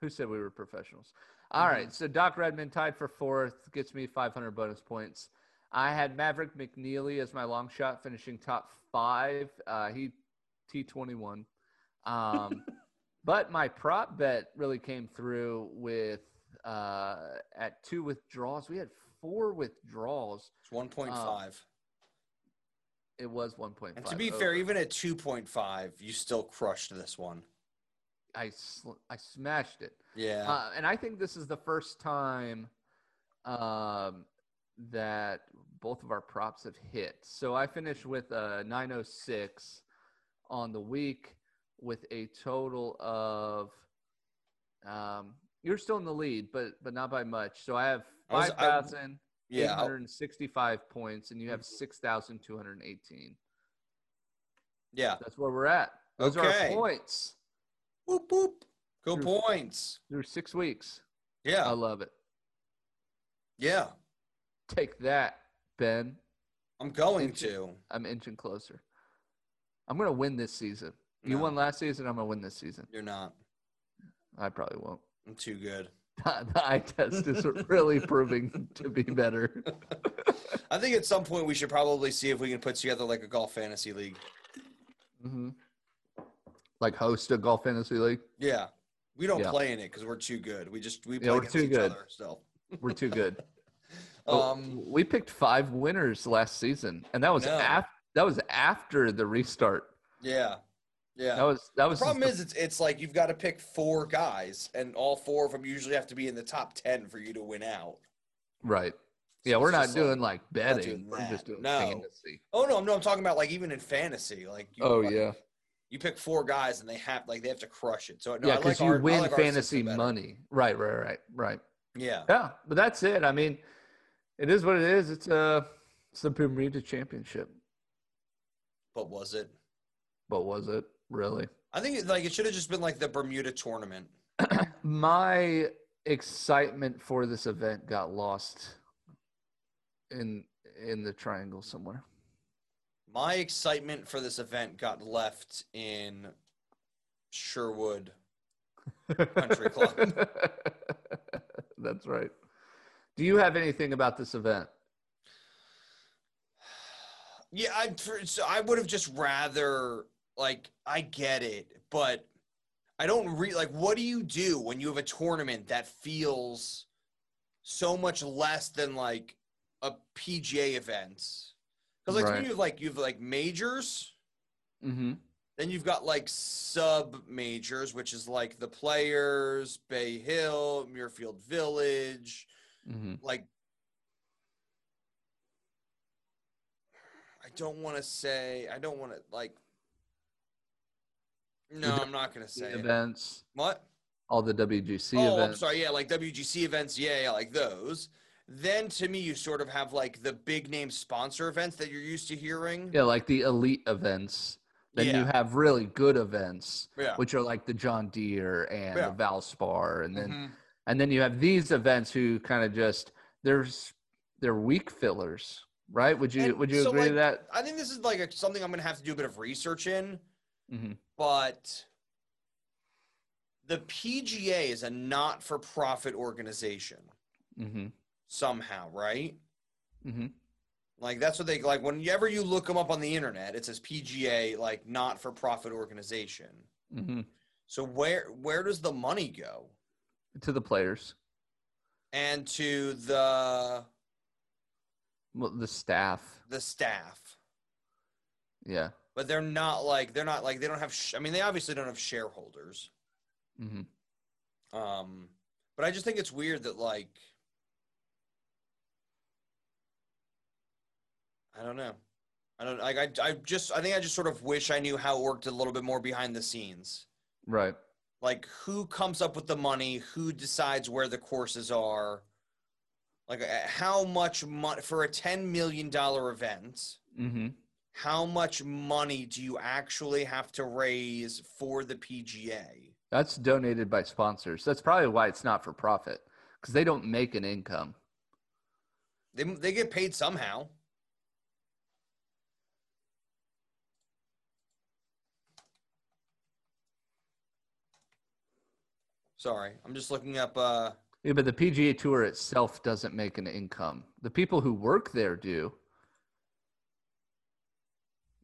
S3: Who said we were professionals? All right.
S2: Mhm.
S3: So Doc Redman tied for fourth, gets me 500 bonus points. I had Maverick McNeely as my long shot, finishing top five. Uh, he T21.
S2: *laughs*
S3: Um, but my prop bet really came through with uh, at two withdrawals. We had four withdrawals.
S2: It's 1.5.
S3: Um, It was 1.5.
S2: and to be
S3: over.
S2: fair, even at 2.5, you still crushed this one.
S3: I, sl- I smashed it.
S2: Yeah.
S3: Uh, and I think this is the first time um, that both of our props have hit. So I finished with a 906 on the week with a total of. Um, you're still in the lead, but but not by much. So I have
S2: I was-
S3: five
S2: I-
S3: thousand eight
S2: yeah. Oh, I-
S3: hundred and sixty-five points, and you have
S2: Mhm.
S3: six thousand two hundred eighteen.
S2: Yeah.
S3: That's where we're at. Those
S2: Okay.
S3: are our points
S2: Boop, boop. Good
S3: True. Um,
S2: points.
S3: through six weeks. I
S2: Yeah.
S3: love it.
S2: Yeah.
S3: Take that, Ben.
S2: I'm going
S3: Thank you.
S2: to.
S3: I'm inching closer. I'm gonna win this season. You
S2: No,
S3: won last season. I'm gonna win this season.
S2: You're not.
S3: I probably won't. *laughs*
S2: I'm too good.
S3: The eye test is
S2: *laughs*
S3: really proving to be better.
S2: I think at some point we should probably see if we can put together like a golf fantasy league. Mm-hmm.
S3: hmm Like host a golf fantasy league.
S2: Yeah. We don't
S3: Yeah.
S2: play in it because we're too good. We just we
S3: Yeah,
S2: play
S3: we're
S2: against
S3: too
S2: each
S3: good. Oh.
S2: other. So
S3: We're too good. But
S2: um
S3: we picked five winners last season, and that was
S2: No.
S3: after that was after the restart.
S2: yeah. Yeah.
S3: That was that was
S2: Uh, The problem
S3: since
S2: is, it's it's like you've got to pick four guys, and all four of them usually have to be in the top ten for you to win out.
S3: the- right.
S2: So
S3: Yeah, we're
S2: it's
S3: not
S2: just like-
S3: doing like betting.
S2: doing
S3: we're
S2: that.
S3: just doing
S2: No.
S3: fantasy.
S2: oh no, no, I'm talking about like even in fantasy, like you,
S3: Oh
S2: like,
S3: yeah.
S2: you pick four guys and they have like they have to crush it. So no,
S3: yeah,
S2: I like
S3: because
S2: our- I
S3: you win
S2: like our
S3: fantasy
S2: system better.
S3: money. Right, right, right, right.
S2: Yeah,
S3: Yeah, but that's it. I mean, it is what it is. It's a it's the Bermuda Championship,
S2: but was it?
S3: but was it really?
S2: I think it, like it should have just been like the Bermuda tournament.
S3: My excitement for this event got lost in in the triangle somewhere.
S2: My excitement for this event got left in Sherwood. Country club.
S3: *laughs* that's right. Do you have anything about this event?
S2: Yeah, I so I would have just rather like I get it, but I don't re like what do you do when you have a tournament that feels so much less than like a PGA event? Because like to me,
S3: Right.
S2: you have like you have like majors,
S3: Mm-hmm.
S2: then you've got like sub majors, which is like the Players, Bay Hill, Muirfield Village,
S3: mm-hmm.
S2: like I don't want to say I don't want to like No, I'm not going to say it.
S3: Events,
S2: What?
S3: all the WGC
S2: oh, I'm
S3: events.
S2: sorry. Yeah, like WGC events, yeah, yeah, like those. Then to me you sort of have like the big name sponsor events that you're used to hearing.
S3: Yeah, like the elite events. Then you
S2: Yeah.
S3: have really good events,
S2: Yeah.
S3: which are like the John Deere and
S2: Yeah.
S3: the Valspar, and then
S2: Mhm.
S3: and then you have these events who kind of just there's they're weak fillers, right? Would you
S2: And
S3: would you
S2: so,
S3: agree to that?
S2: I think this is like a, something I'm going to have to do a bit of research in.
S3: hmm
S2: but the PGA is a not for profit organization
S3: hmm
S2: somehow, right?
S3: hmm
S2: Like that's what they like whenever you look them up on the internet, it says PGA like not for profit organization.
S3: hmm
S2: So where where does the money go?
S3: To the players,
S2: And to the
S3: well, the staff.
S2: the staff.
S3: Yeah.
S2: But they're not like they're not like they don't have sh- I mean they obviously don't have shareholders.
S3: hmm
S2: Um, but I just think it's weird that like I don't know. I don't like I I just I think I just sort of wish I knew how it worked a little bit more behind the scenes.
S3: Right.
S2: Like who comes up with the money, who decides where the courses are. Like uh, how much money for a 10 million dollar event?
S3: hmm
S2: How much money do you actually have to raise for the PGA?
S3: That's donated by sponsors. That's probably why it's not for profit because they don't make an income.
S2: They they get paid somehow. Sorry, I'm just looking up. Uh,
S3: Yeah, but the PGA Tour itself doesn't make an income. The people who work there do.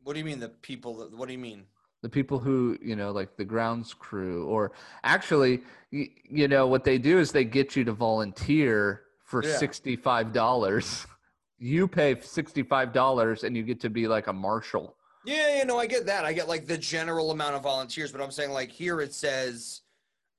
S2: what do you mean the people? That, what do you mean?
S3: The people who, you know, like the grounds crew, or actually, you, you know, what they do is they get you to volunteer for
S2: Yeah.
S3: $65. *laughs* You pay $65 and you get to be like a marshal.
S2: Yeah, yeah, no, I get that. I get like the general amount of volunteers, but I'm saying like here it says,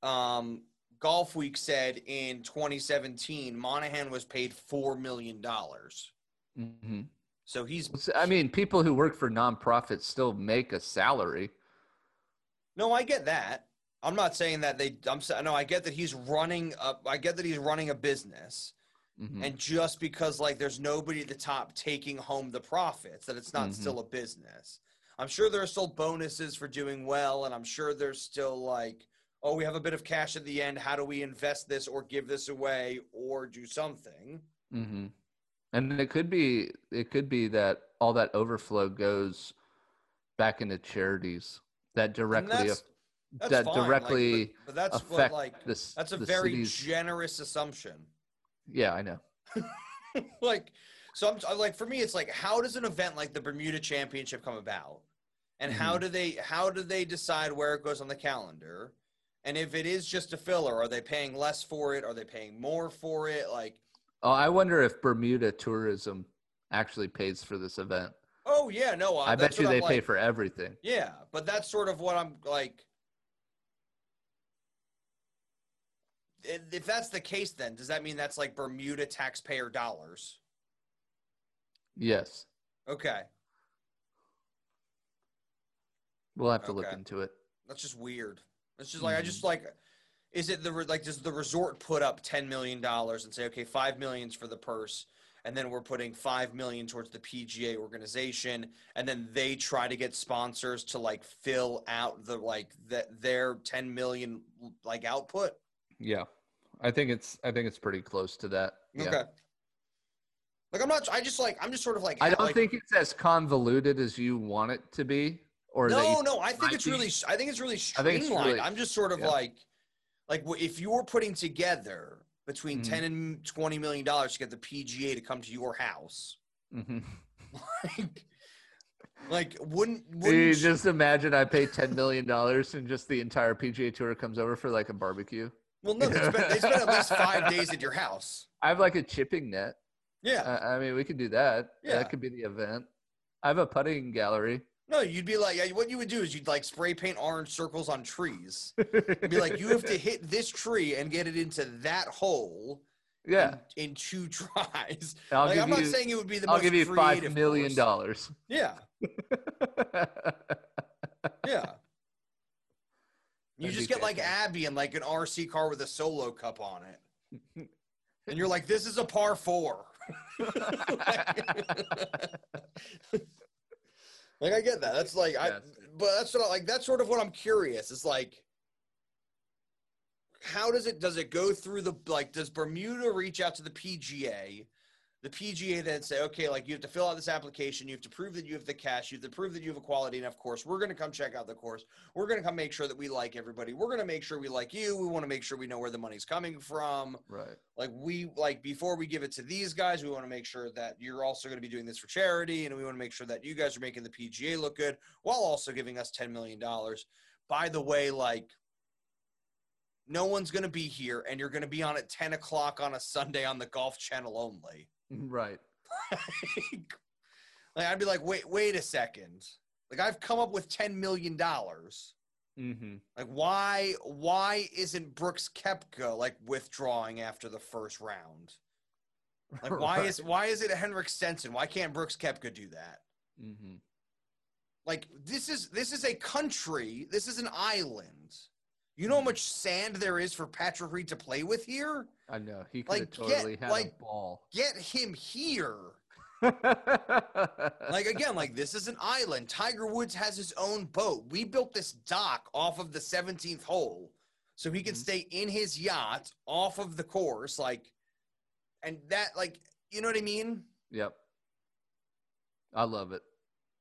S2: um, Golf Week said in 2017 Monahan was paid four million dollars. Mm-hmm.
S3: hmm
S2: So he's
S3: I mean, people who work for nonprofits still make a salary.
S2: No, I get that. I'm not saying that they. I'm sa- no, I get that he's running a. I get that he's running a business,
S3: Mhm.
S2: and just because like there's nobody at the top taking home the profits, that it's not
S3: Mhm.
S2: still a business. I'm sure there are still bonuses for doing well, and I'm sure there's still like, oh, we have a bit of cash at the end. How do we invest this, or give this away, or do something?
S3: Mm-hmm. And it could be it could be that all that overflow goes back into charities that
S2: And
S3: directly
S2: that's-
S3: aff-
S2: That's
S3: that
S2: fine, like,
S3: directly
S2: but, but that's what
S3: affect
S2: like
S3: this.
S2: that's a
S3: the
S2: very
S3: city's-
S2: generous assumption.
S3: yeah, I know.
S2: like so I'm, I'm like for me it's like how does an event like the bermuda championship come about and
S3: Mm-hmm.
S2: how do they how do they decide where it goes on the calendar and if it is just a filler are they paying less for it are they paying more for it like
S3: Oh, I wonder if Bermuda tourism actually pays for this event.
S2: oh yeah no
S3: I
S2: that's
S3: bet you
S2: what
S3: they
S2: I'm
S3: pay
S2: like-
S3: for everything.
S2: yeah but that's sort of what i'm like if if that's the case then does that mean that's like bermuda taxpayer dollars
S3: Yes.
S2: okay
S3: We'll have to look
S2: Okay.
S3: into it.
S2: That's just weird. It's just like I
S3: Mm-hmm.
S2: just like. Is it the re- like does the resort put up ten million dollars and say okay five millions for the purse and then we're putting five million towards the PGA organization and then they try to get sponsors to like fill out the like that their ten million like output?
S3: Yeah. I think it's I think it's pretty close to that. Yeah.
S2: Okay. Like I'm not. I just like I'm just sort of like
S3: I don't
S2: like-
S3: think it's as convoluted as you want it to be or that
S2: no,
S3: you,
S2: no. I think
S3: might
S2: it's really.
S3: be.
S2: I think it's really
S3: I
S2: streamlined.
S3: think it's really-
S2: I'm just sort of
S3: yeah.
S2: like, like w- if you were putting together between
S3: Mhm.
S2: ten and twenty million dollars to get the PGA to come to your house,
S3: Mhm.
S2: like, like wouldn't wouldn't
S3: Dude, just imagine
S2: *laughs*
S3: I pay 10 million dollars and just the entire PGA tour comes over for like a barbecue.
S2: well no they spent, they spent at least
S3: *laughs*
S2: five days at your house.
S3: I have like a chipping net.
S2: Yeah,
S3: I, I mean, we could do that.
S2: Yeah.
S3: That could be the event. I have a putting gallery.
S2: no, you'd be like, yeah, what you would do is you'd like spray paint orange circles on trees. You'd be like, you have to hit this tree and get it into that hole.
S3: *laughs* yeah.
S2: in, in two *laughs* tries.
S3: and I'll
S2: like,
S3: give
S2: I'm not
S3: you,
S2: saying it would be the
S3: I'll
S2: most
S3: give you
S2: creative
S3: five million
S2: course. *laughs*
S3: dollars.
S2: Yeah, yeah. *laughs* you
S3: That'd
S2: just
S3: be
S2: get like
S3: fantastic.
S2: Abby in like an RC car with a solo cup on it, and you're like, "This is a par four. Like I get that. That's like I,
S3: Yes.
S2: but that's what I, like that's sort of what I'm curious. It's like, how does it does it go through the like does Bermuda reach out to the PGA? The PGA then say, okay, like you have to fill out this application, you have to prove that you have the cash, you have to prove that you have a quality enough course. We're gonna come check out the course. We're gonna come make sure that we like everybody. We're gonna make sure we like you. We want to make sure we know where the money's coming from
S3: right.
S2: like we like before we give it to these guys we want to make sure that you're also going to be doing this for charity and we want to make sure that you guys are making the pga look good while also giving us $10 million by the way like no one's going to be here and you're going to be on at 10 o'clock on a sunday on the golf channel only
S3: Right.
S2: like i'd be like wait wait a second like i've come up with $10 million
S3: Mm-hmm.
S2: like why why isn't brooks kepka like withdrawing after the first round Like why is why is it Henrik Stenson? Why can't Brooks Kepka do that?
S3: hmm
S2: Like this is this is a country. This is an island. You know how much sand there is for Patrick Reed to play with here?
S3: I know he could
S2: Like,
S3: have
S2: get-
S3: totally had
S2: like-
S3: a ball.
S2: Get him here.
S3: like
S2: Like again, like this is an island. Tiger Woods has his own boat. We built this dock off of the 17th hole so he can
S3: Mhm.
S2: stay in his yacht off of the course like and that like you know what I mean?
S3: *laughs* Yep. I love it.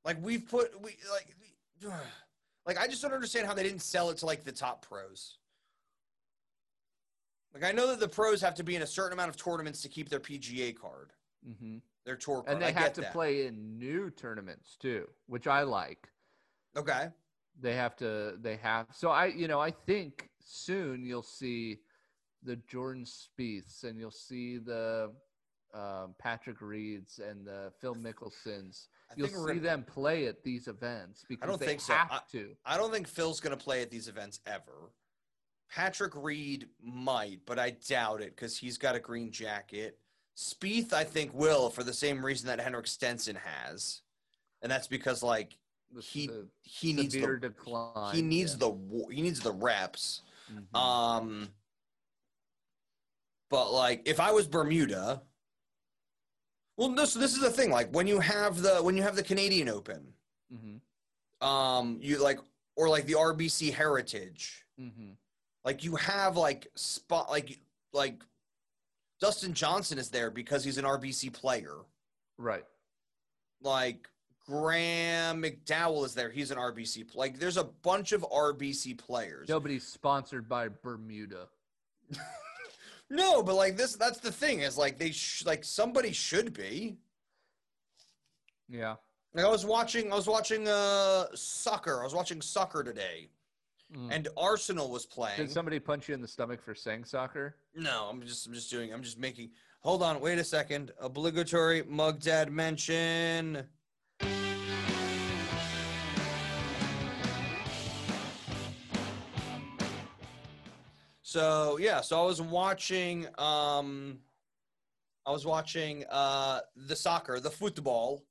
S2: Like we've put we like we- *sighs* like I just don't understand how they didn't sell it to like the top pros. Like I know that the pros have to be in a certain amount of tournaments to keep their PGA card,
S3: hmm
S2: their tour card.
S3: And they
S2: I
S3: have
S2: get
S3: to
S2: that.
S3: play in new tournaments too, which I like.
S2: Okay.
S3: They have to. They have. So I, you know, I think soon you'll see the Jordan Spieths and you'll see the um, Patrick Reeds and the Phil Mickelsons.
S2: I
S3: You'll
S2: think
S3: see
S2: we're gonna,
S3: them play at these events because
S2: don't
S3: they
S2: think so.
S3: have
S2: I-
S3: to.
S2: I don't think Phil's going to play at these events ever. Patrick Reed might, but I doubt it because he's got a green jacket. Spieth, I think, will for the same reason that Henrik Stenson has, and that's because like
S3: This is
S2: he
S3: a
S2: he needs
S3: severe
S2: the
S3: decline.
S2: he needs
S3: yeah.
S2: the wa- he needs the reps.
S3: Mhm.
S2: Um, but like if I was Bermuda, well, this this is the thing. Like when you have the when you have the Canadian Open,
S3: Mhm.
S2: um, you like or like the RBC Heritage,
S3: Mhm.
S2: like you have like spot like like Dustin Johnson is there because he's an RBC player.
S3: Right.
S2: Like Graham McDowell is there; he's an RBC. pl- Like there's a bunch of RBC players.
S3: Nobody's sponsored by Bermuda.
S2: No, but like this, that's the thing is like they, sh- like somebody should be.
S3: Yeah.
S2: Like I was watching, I was watching uh soccer. I was watching soccer today, and Arsenal was playing.
S3: Hmm. Did somebody punch you in the stomach for saying soccer?
S2: no, I'm just, I'm just doing, I'm just making. Hold on, wait a second. Obligatory mug dad mention. So yeah, so I was watching um I was watching uh the soccer, the football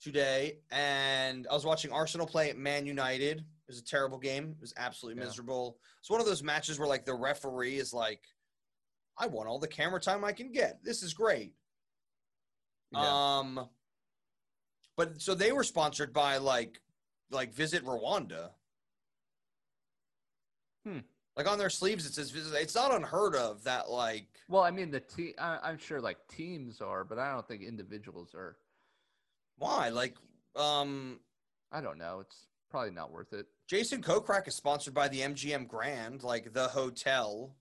S2: today and I was watching Arsenal play at Man United It was a terrible game. It was absolutely
S3: Yeah.
S2: miserable. It's one of those matches where like the referee is like, I want all the camera time I can get. This is great.
S3: Yeah.
S2: Um, but so they were sponsored by like, like Visit Rwanda.
S3: Hmm.
S2: Like on their sleeves, it says Visit. It's not unheard of that like.
S3: well, I mean, the team. I'm sure like teams are, but I don't think individuals are.
S2: Why? Like, um,
S3: I don't know. It's probably not worth it.
S2: Jason Kokrak is sponsored by the MGM Grand, like the hotel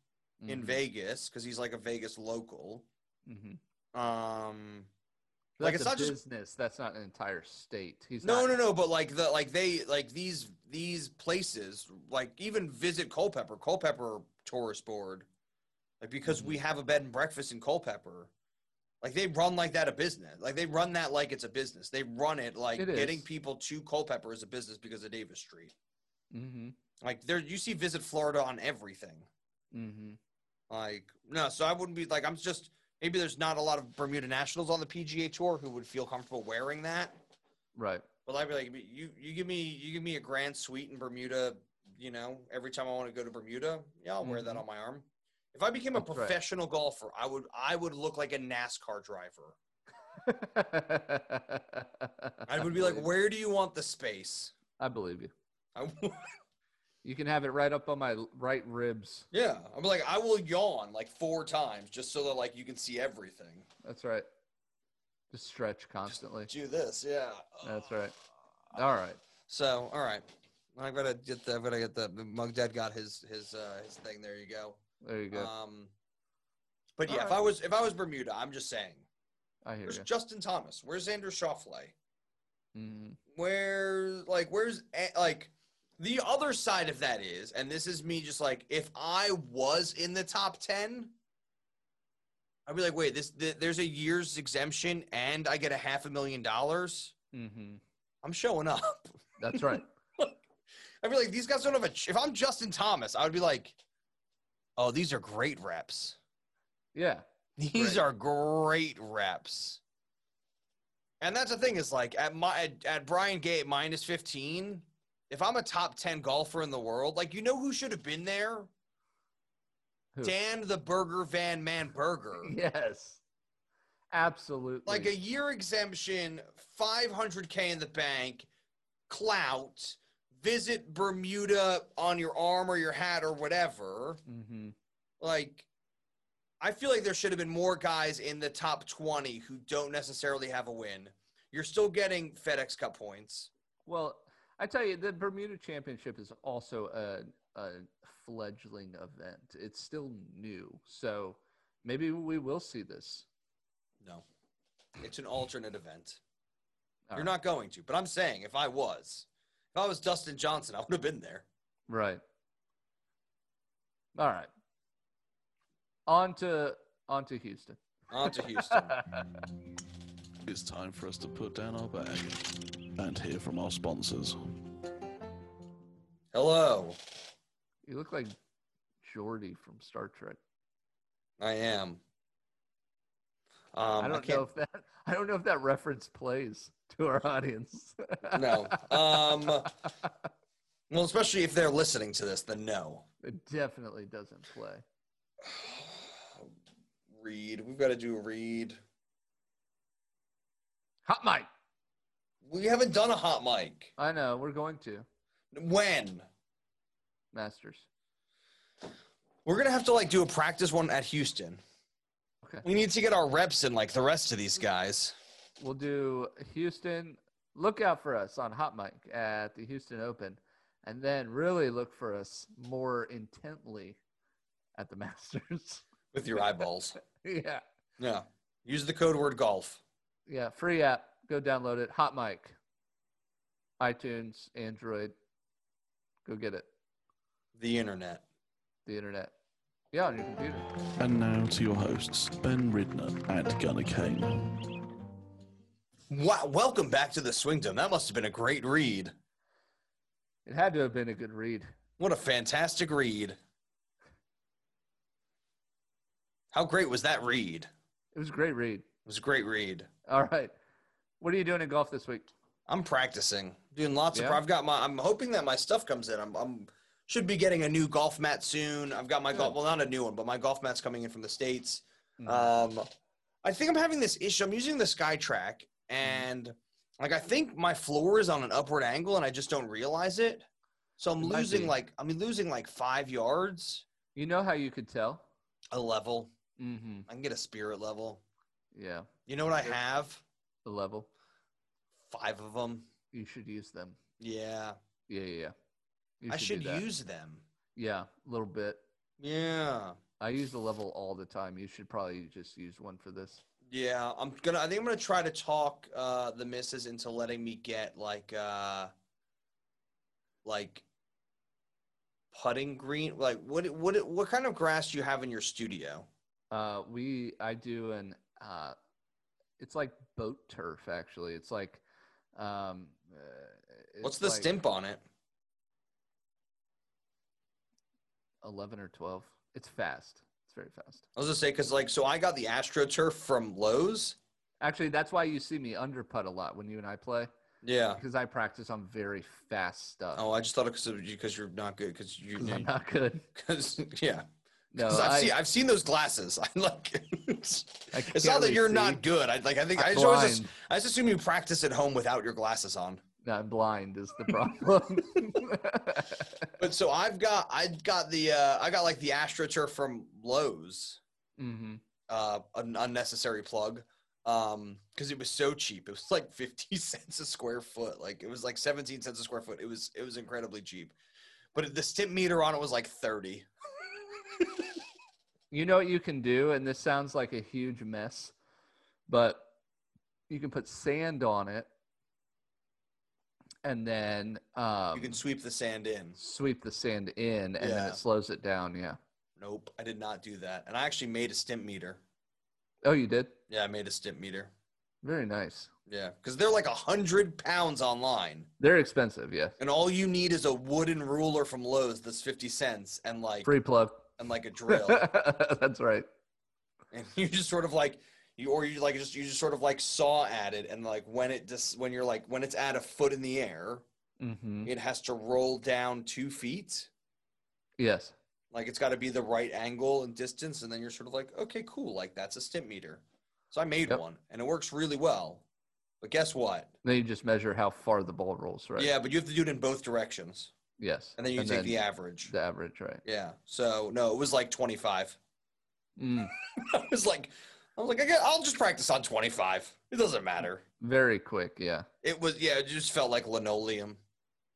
S2: in
S3: Mhm.
S2: Vegas, because he's like a Vegas local.
S3: Mhm.
S2: Um, Like,
S3: That's
S2: it's
S3: a
S2: not just-
S3: business. That's not an entire state. He's
S2: no, no,
S3: not-
S2: no, but like the like they like these these places, like even visit Culpeper, Culpeper tourist board, like because we
S3: Mm-hmm.
S2: have a bed and breakfast in Culpeper. Like they run like that a business. Like they run that like it's a business. They run it like
S3: It
S2: getting
S3: is.
S2: people to Culpeper is a business because of Davis Street.
S3: Mhm,
S2: Like there, you see Visit Florida on everything.
S3: mhm.
S2: Like, no, so I wouldn't be like, I'm just maybe there's not a lot of Bermuda nationals on the PGA tour who would feel comfortable wearing that.
S3: Right. *laughs*
S2: But I'd be like, you, you give me, you give me a grand suite in Bermuda, you know, every time I want to go to Bermuda, yeah, I'll wear that
S3: Mhm.
S2: on my arm. If I became a
S3: That's right.
S2: professional golfer, I would, I would look like a NASCAR driver. I would be like,
S3: believe-
S2: where do you want the space?
S3: I believe you.
S2: I would,
S3: You can have it right up on my l- right ribs.
S2: *laughs* yeah. I'm like, I will yawn like four times just so that like you can see everything.
S3: That's right. Just stretch constantly.
S2: Do this, yeah.
S3: That's right.
S2: uh,
S3: All right.
S2: So, all right. I gotta get the, I gotta get the Mug Dad got his his uh, his thing. There you go.
S3: There you go.
S2: Um, but yeah,
S3: All
S2: if
S3: right.
S2: I was if I was Bermuda, I'm just saying.
S3: I hear
S2: Where's
S3: you.
S2: Justin Thomas? Where's Xander Schauffele?
S3: Mhm.
S2: Where like where's A- like the other side of that is, and this is me just like if I was in the top ten, I'd be like, wait, this th- there's a year's exemption, and I get a half a million dollars.
S3: Mhm.
S2: I'm showing up. *laughs*
S3: That's right.
S2: I'd be like, these guys don't have a. Ch-. If I'm Justin Thomas, I would be like, oh, these are great reps. *laughs*
S3: Yeah.
S2: These
S3: Right.
S2: are great reps. And that's the thing is like at my at, at Brian Gay at minus fifteen. If I'm a top ten golfer in the world, like you know who should have been there?
S3: Who?
S2: Dan the Burger Van Man
S3: *laughs*
S2: Burger.
S3: Yes. Absolutely.
S2: Like a year exemption, 500K in the bank, clout, visit Bermuda on your arm or your hat or whatever.
S3: Mhm.
S2: Like, I feel like there should have been more guys in the top 20 who don't necessarily have a win. You're still getting FedEx Cup points.
S3: Well, I tell you, the Bermuda Championship is also a, a fledgling event. It's still new, so maybe we will see this.
S2: No. It's an alternate event.
S3: All
S2: You're not going to, but I'm saying if I was, if I was Dustin Johnson, I would have been there.
S3: right. All right. On to on
S2: *laughs*
S3: to Houston.
S2: On to
S3: *laughs*
S2: Houston.
S1: It's time for us to put down our bag and hear from our sponsors.
S2: Hello.
S3: you look like Jordy from Star Trek.
S2: I am. Um,
S3: I
S2: I
S3: don't know
S2: can't,
S3: if that *laughs* I don't know if that reference plays to our audience.
S2: *laughs* No. Um, well, especially if they're listening to this, then no. *sighs*
S3: it definitely doesn't play.
S2: Read. We've got to do a read.
S3: Hot mic.
S2: We haven't done a hot mic.
S3: I know we're going to
S2: When?
S3: Masters.
S2: We're gonna have to like do a practice one at Houston.
S3: Okay.
S2: We need to get our reps in like the rest of these guys.
S3: We'll do Houston. Look out for us on Hot Mic at the Houston Open, and then really look for us more intently at the *laughs* Masters.
S2: With your eyeballs.
S3: yeah,
S2: yeah. Use the code word golf.
S3: yeah. Free app. Go download it. Hot Mic, iTunes, Android. Go get it.
S2: The internet.
S3: The internet. Yeah, on your computer.
S1: And now to your hosts, Ben Ridner and Gunnar Kane.
S2: Wow. Welcome back to the Swingdom. That must have been a great read.
S3: It had to have been a good read.
S2: What a fantastic read. How great was that read? It
S3: It was a great read.
S2: was a great read.
S3: All right. What are you doing in golf this week?
S2: I'm practicing. Doing lots of.
S3: Yeah.
S2: I've got my. I'm hoping that my stuff comes in. I'm. I'm should be getting a new golf mat soon. I've got my golf. Well, not a new one, but my golf mat's coming in from the states.
S3: Mm.
S2: Um, I think I'm having this issue. I'm using the SkyTrack,
S3: Mm-hmm.
S2: and like I think my floor is on an upward angle, and I just don't realize it. So I'm
S3: It might
S2: losing
S3: be.
S2: like I'm losing like five yards
S3: you know how you could tell?
S2: a level.
S3: Mm-hmm.
S2: I can get a spirit level.
S3: Yeah,
S2: You know what I
S3: Sure.
S2: have?
S3: the level.
S2: Five of them.
S3: You should use them.
S2: Yeah,
S3: Yeah, yeah, yeah. You
S2: I
S3: do
S2: should
S3: that.
S2: use them.
S3: Yeah, a little bit.
S2: Yeah,
S3: I use the level all the time. You should probably just use one for this.
S2: yeah. I'm gonna. I think I'm gonna try to talk uh, the missus into letting me get like, uh like putting green. Like, what what what kind of grass do you have in your studio?
S3: Uh, we I do an uh, it's like boat turf actually. It's like um, uh,
S2: What's
S3: it's
S2: the
S3: like
S2: stimp on it?
S3: Eleven or twelve. It's fast. It's very fast.
S2: I was gonna say because like, so I got the AstroTurf from Lowe's.
S3: Actually, that's why you see me under putt a lot when you and I play
S2: Yeah.
S3: because I practice on very fast stuff.
S2: Uh. Oh, I just thought because because you're not good because you *laughs*
S3: 'Cause I'm *laughs* not good.
S2: because yeah.
S3: No,
S2: 'Cause I've,
S3: I,
S2: seen, I've seen those glasses. *laughs* I'm like, it's
S3: I
S2: not
S3: can't
S2: that
S3: really
S2: you're
S3: see.
S2: not good. I like. I think
S3: I'm
S2: I just, always
S3: blind.
S2: just, I just assume you practice at home without your glasses on.
S3: No, I'm blind is *laughs* the problem.
S2: But so I've got I got the uh, I got like the AstroTurf from Lowe's,
S3: hmm
S2: uh, an unnecessary plug, um, because it was so cheap. It was like *laughs* fifty cents a square foot. Like it was like seventeen cents a square foot. It was it was incredibly cheap. But the stint meter on it was like thirty.
S3: You know what you can do, and this sounds like a huge mess, but you can put sand on it, and then um,
S2: you can sweep the sand in.
S3: sweep the sand in, and then
S2: Yeah.
S3: it slows it down. Yeah.
S2: Nope, I did not do that. And I actually made a stint meter.
S3: Oh, you did.
S2: Yeah, I made a stint meter.
S3: Very nice.
S2: Yeah, because they're like a hundred pounds online,
S3: They're expensive. Yeah.
S2: and all you need is a wooden ruler from Lowe's that's fifty cents, and like
S3: Free plug.
S2: and like a drill,
S3: *laughs* That's right.
S2: and *laughs* you just sort of like you or you like just you just sort of like saw at it, and like when it just when you're like when it's at a foot in the air,
S3: hmm
S2: it has to roll down two feet.
S3: Yes.
S2: Like it's got to be the right angle and distance, and then you're sort of like, okay, cool, like that's a stint meter. So I made
S3: Yep.
S2: one, and it works really well. But guess what?
S3: Then you just measure how far the ball rolls, right?
S2: Yeah, but you have to do it in both directions,
S3: Yes.
S2: and then you take the average.
S3: the average, right?
S2: Yeah. So no, it was like 25.
S3: Mm,
S2: *laughs* I was like, I was like, I guess I'll just practice on 25. It doesn't matter.
S3: very quick. Yeah.
S2: It was yeah, it just felt like linoleum.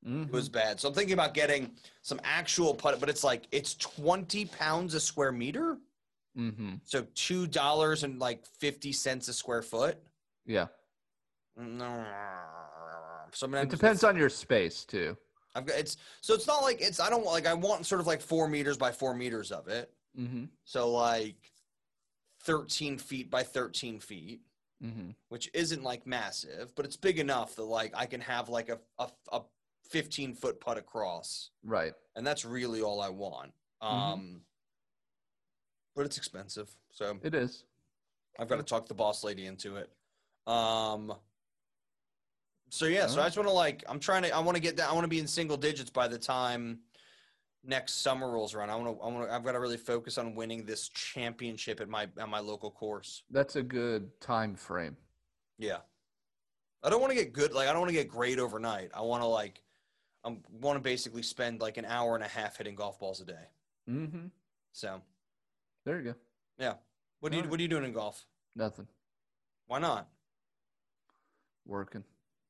S3: Mm-hmm.
S2: It was bad. So I'm thinking about getting some actual putt, but it's like it's 20 pounds a square meter,
S3: Mm-hmm.
S2: so two dollars and like 50 cents a square foot.
S3: Yeah.
S2: No. So I'm gonna
S3: It depends on your space too.
S2: I've got it's so it's not like it's I don't want like I want sort of like four meters by four meters of it.
S3: Mm-hmm.
S2: So like 13 feet by 13 feet.
S3: Mm-hmm.
S2: which isn't like massive, but it's big enough that like I can have like a a, a 15 foot putt across,
S3: Right.
S2: and that's really all I want. Um, but it's expensive, so
S3: It is.
S2: I've got to talk the boss lady into it. Um, so yeah, so I
S3: Alright.
S2: just want to like I'm trying to I want to get down I want to be in single digits by the time next summer rolls around. I want to I want to I've got to really focus on winning this championship at my at my local course.
S3: That's a good time frame.
S2: Yeah. I don't want to get good. Like, I don't want to get great overnight. I want to, like, I want to basically spend like an hour and a half hitting golf balls a day.
S3: Mm-hmm.
S2: So,
S3: There you go.
S2: what are you,
S3: Alright.
S2: what are you doing in golf?
S3: Nothing.
S2: Why not?
S3: Working.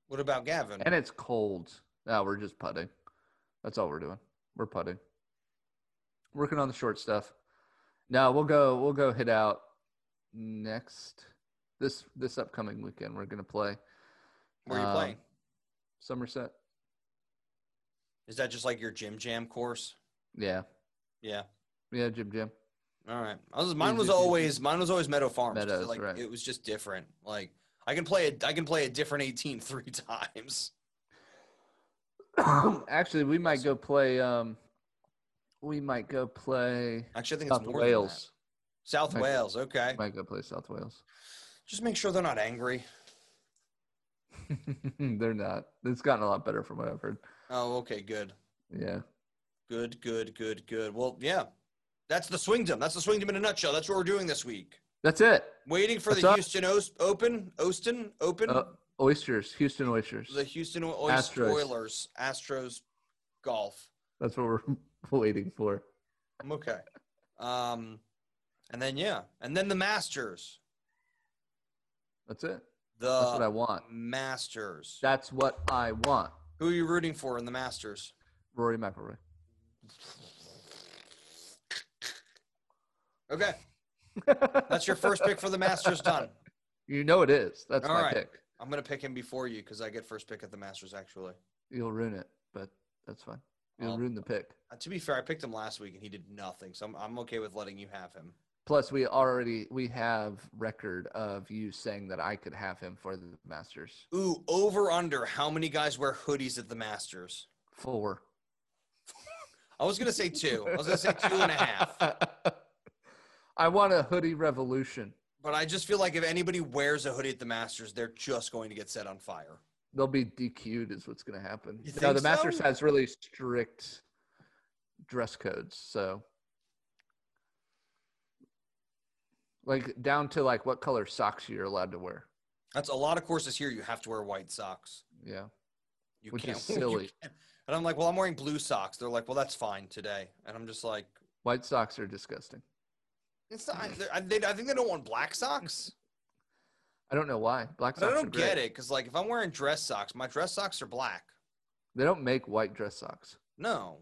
S2: What about Gavin?
S3: And it's cold. Now we're just putting. That's all we're doing. We're putting. Working on the short stuff. No, we'll go. We'll go hit out next this this upcoming weekend. We're gonna play.
S2: Where are
S3: Um,
S2: you playing?
S3: Somerset.
S2: Is that just like your gym jam course?
S3: Yeah.
S2: Yeah.
S3: Yeah. Jim. Jim.
S2: All right. I was, mine
S3: Easy,
S2: was
S3: easy.
S2: always mine was always Meadow Farms. 'cause,
S3: Meadows,
S2: like
S3: right.
S2: it was just different. Like I can play a I can play a different 18 *laughs* three times. *coughs*
S3: Actually, we might go play. Um, we might go play
S2: Actually, I think it's
S3: South
S2: more Than that.
S3: Wales.
S2: South
S3: Might-
S2: Wales. Okay.
S3: Might go play South Wales.
S2: Just make sure they're not angry.
S3: *laughs* They're not. It's gotten a lot better from what I've heard.
S2: Oh, okay, good,
S3: Yeah.
S2: good, good, good, good. Well, yeah, that's the swingdom. That's the swingdom in a nutshell. That's what we're doing this week.
S3: That's it.
S2: Waiting for
S3: What's
S2: the
S3: up?
S2: Houston Houston Oast- Open, Austin Open,
S3: Uh, oysters, Houston oysters.
S2: the Houston o-
S3: Astros.
S2: Oilers, Astros, golf.
S3: That's what we're *laughs* waiting for.
S2: I'm okay. Um, and then yeah, and then the Masters,
S3: That's it.
S2: the
S3: That's what I want.
S2: Masters.
S3: That's what I want.
S2: Who are you rooting for in the Masters? *laughs*
S3: Rory McIlroy.
S2: Okay, that's your first pick for the Masters. Done.
S3: You know it is. That's
S2: All
S3: my
S2: right.
S3: pick.
S2: I'm gonna pick him before you because I get first pick at the Masters. Actually,
S3: You'll ruin it, but that's fine. You'll
S2: Well-
S3: ruin the pick.
S2: Uh, to be fair, I picked him last week and he did nothing, so I'm, I'm okay with letting you have him.
S3: Plus, we already we have record of you saying that I could have him for the Masters.
S2: Ooh, over under. How many guys wear hoodies at the Masters?
S3: Four.
S2: I was gonna say two. I was gonna say two and a half.
S3: *laughs* I want a hoodie revolution.
S2: But I just feel like if anybody wears a hoodie at the Masters, they're just going to get set on fire.
S3: They'll be DQ'd is what's going to happen.
S2: You
S3: No,
S2: think
S3: the Masters
S2: so?
S3: has really strict dress codes. So, like down to like what color socks you're allowed to wear.
S2: That's a lot of courses here. You have to wear white socks.
S3: Yeah,
S2: You
S3: which
S2: can't.
S3: is
S2: you
S3: silly.
S2: can't. And I'm like, well, I'm wearing blue socks. They're like, well, that's fine today. And I'm just like,
S3: White socks are disgusting.
S2: it's not. I, I- they, I think they don't want black socks.
S3: I don't know why. Black
S2: But I
S3: socks.
S2: don't
S3: are great.
S2: get it because, like, if I'm wearing dress socks, my dress socks are black.
S3: They don't make white dress socks.
S2: No,
S3: All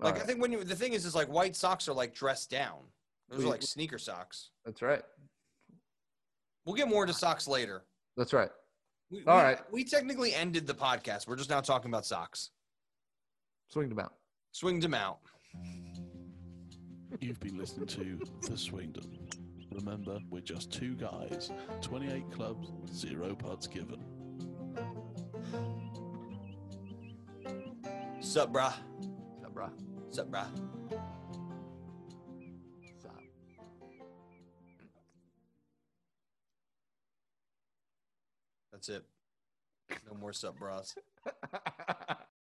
S2: like I
S3: right,
S2: think when you the thing is is like white socks are like dressed down. Those are
S3: We-
S2: like sneaker socks.
S3: that's right.
S2: We'll get more into socks later.
S3: That's right.
S2: We,
S3: All
S2: we-
S3: right.
S2: We technically ended the podcast. We're just now talking about socks.
S3: Swing them out.
S2: Swinged them out.
S1: You've been listening to The Swingdom. Remember, we're just two guys, 28 clubs, zero putts given.
S2: Sup, brah.
S3: Stop, brah.
S2: Sup, brah.
S3: Stop.
S2: That's it. No more sup, bras.
S3: *laughs* Ha ha ha ha.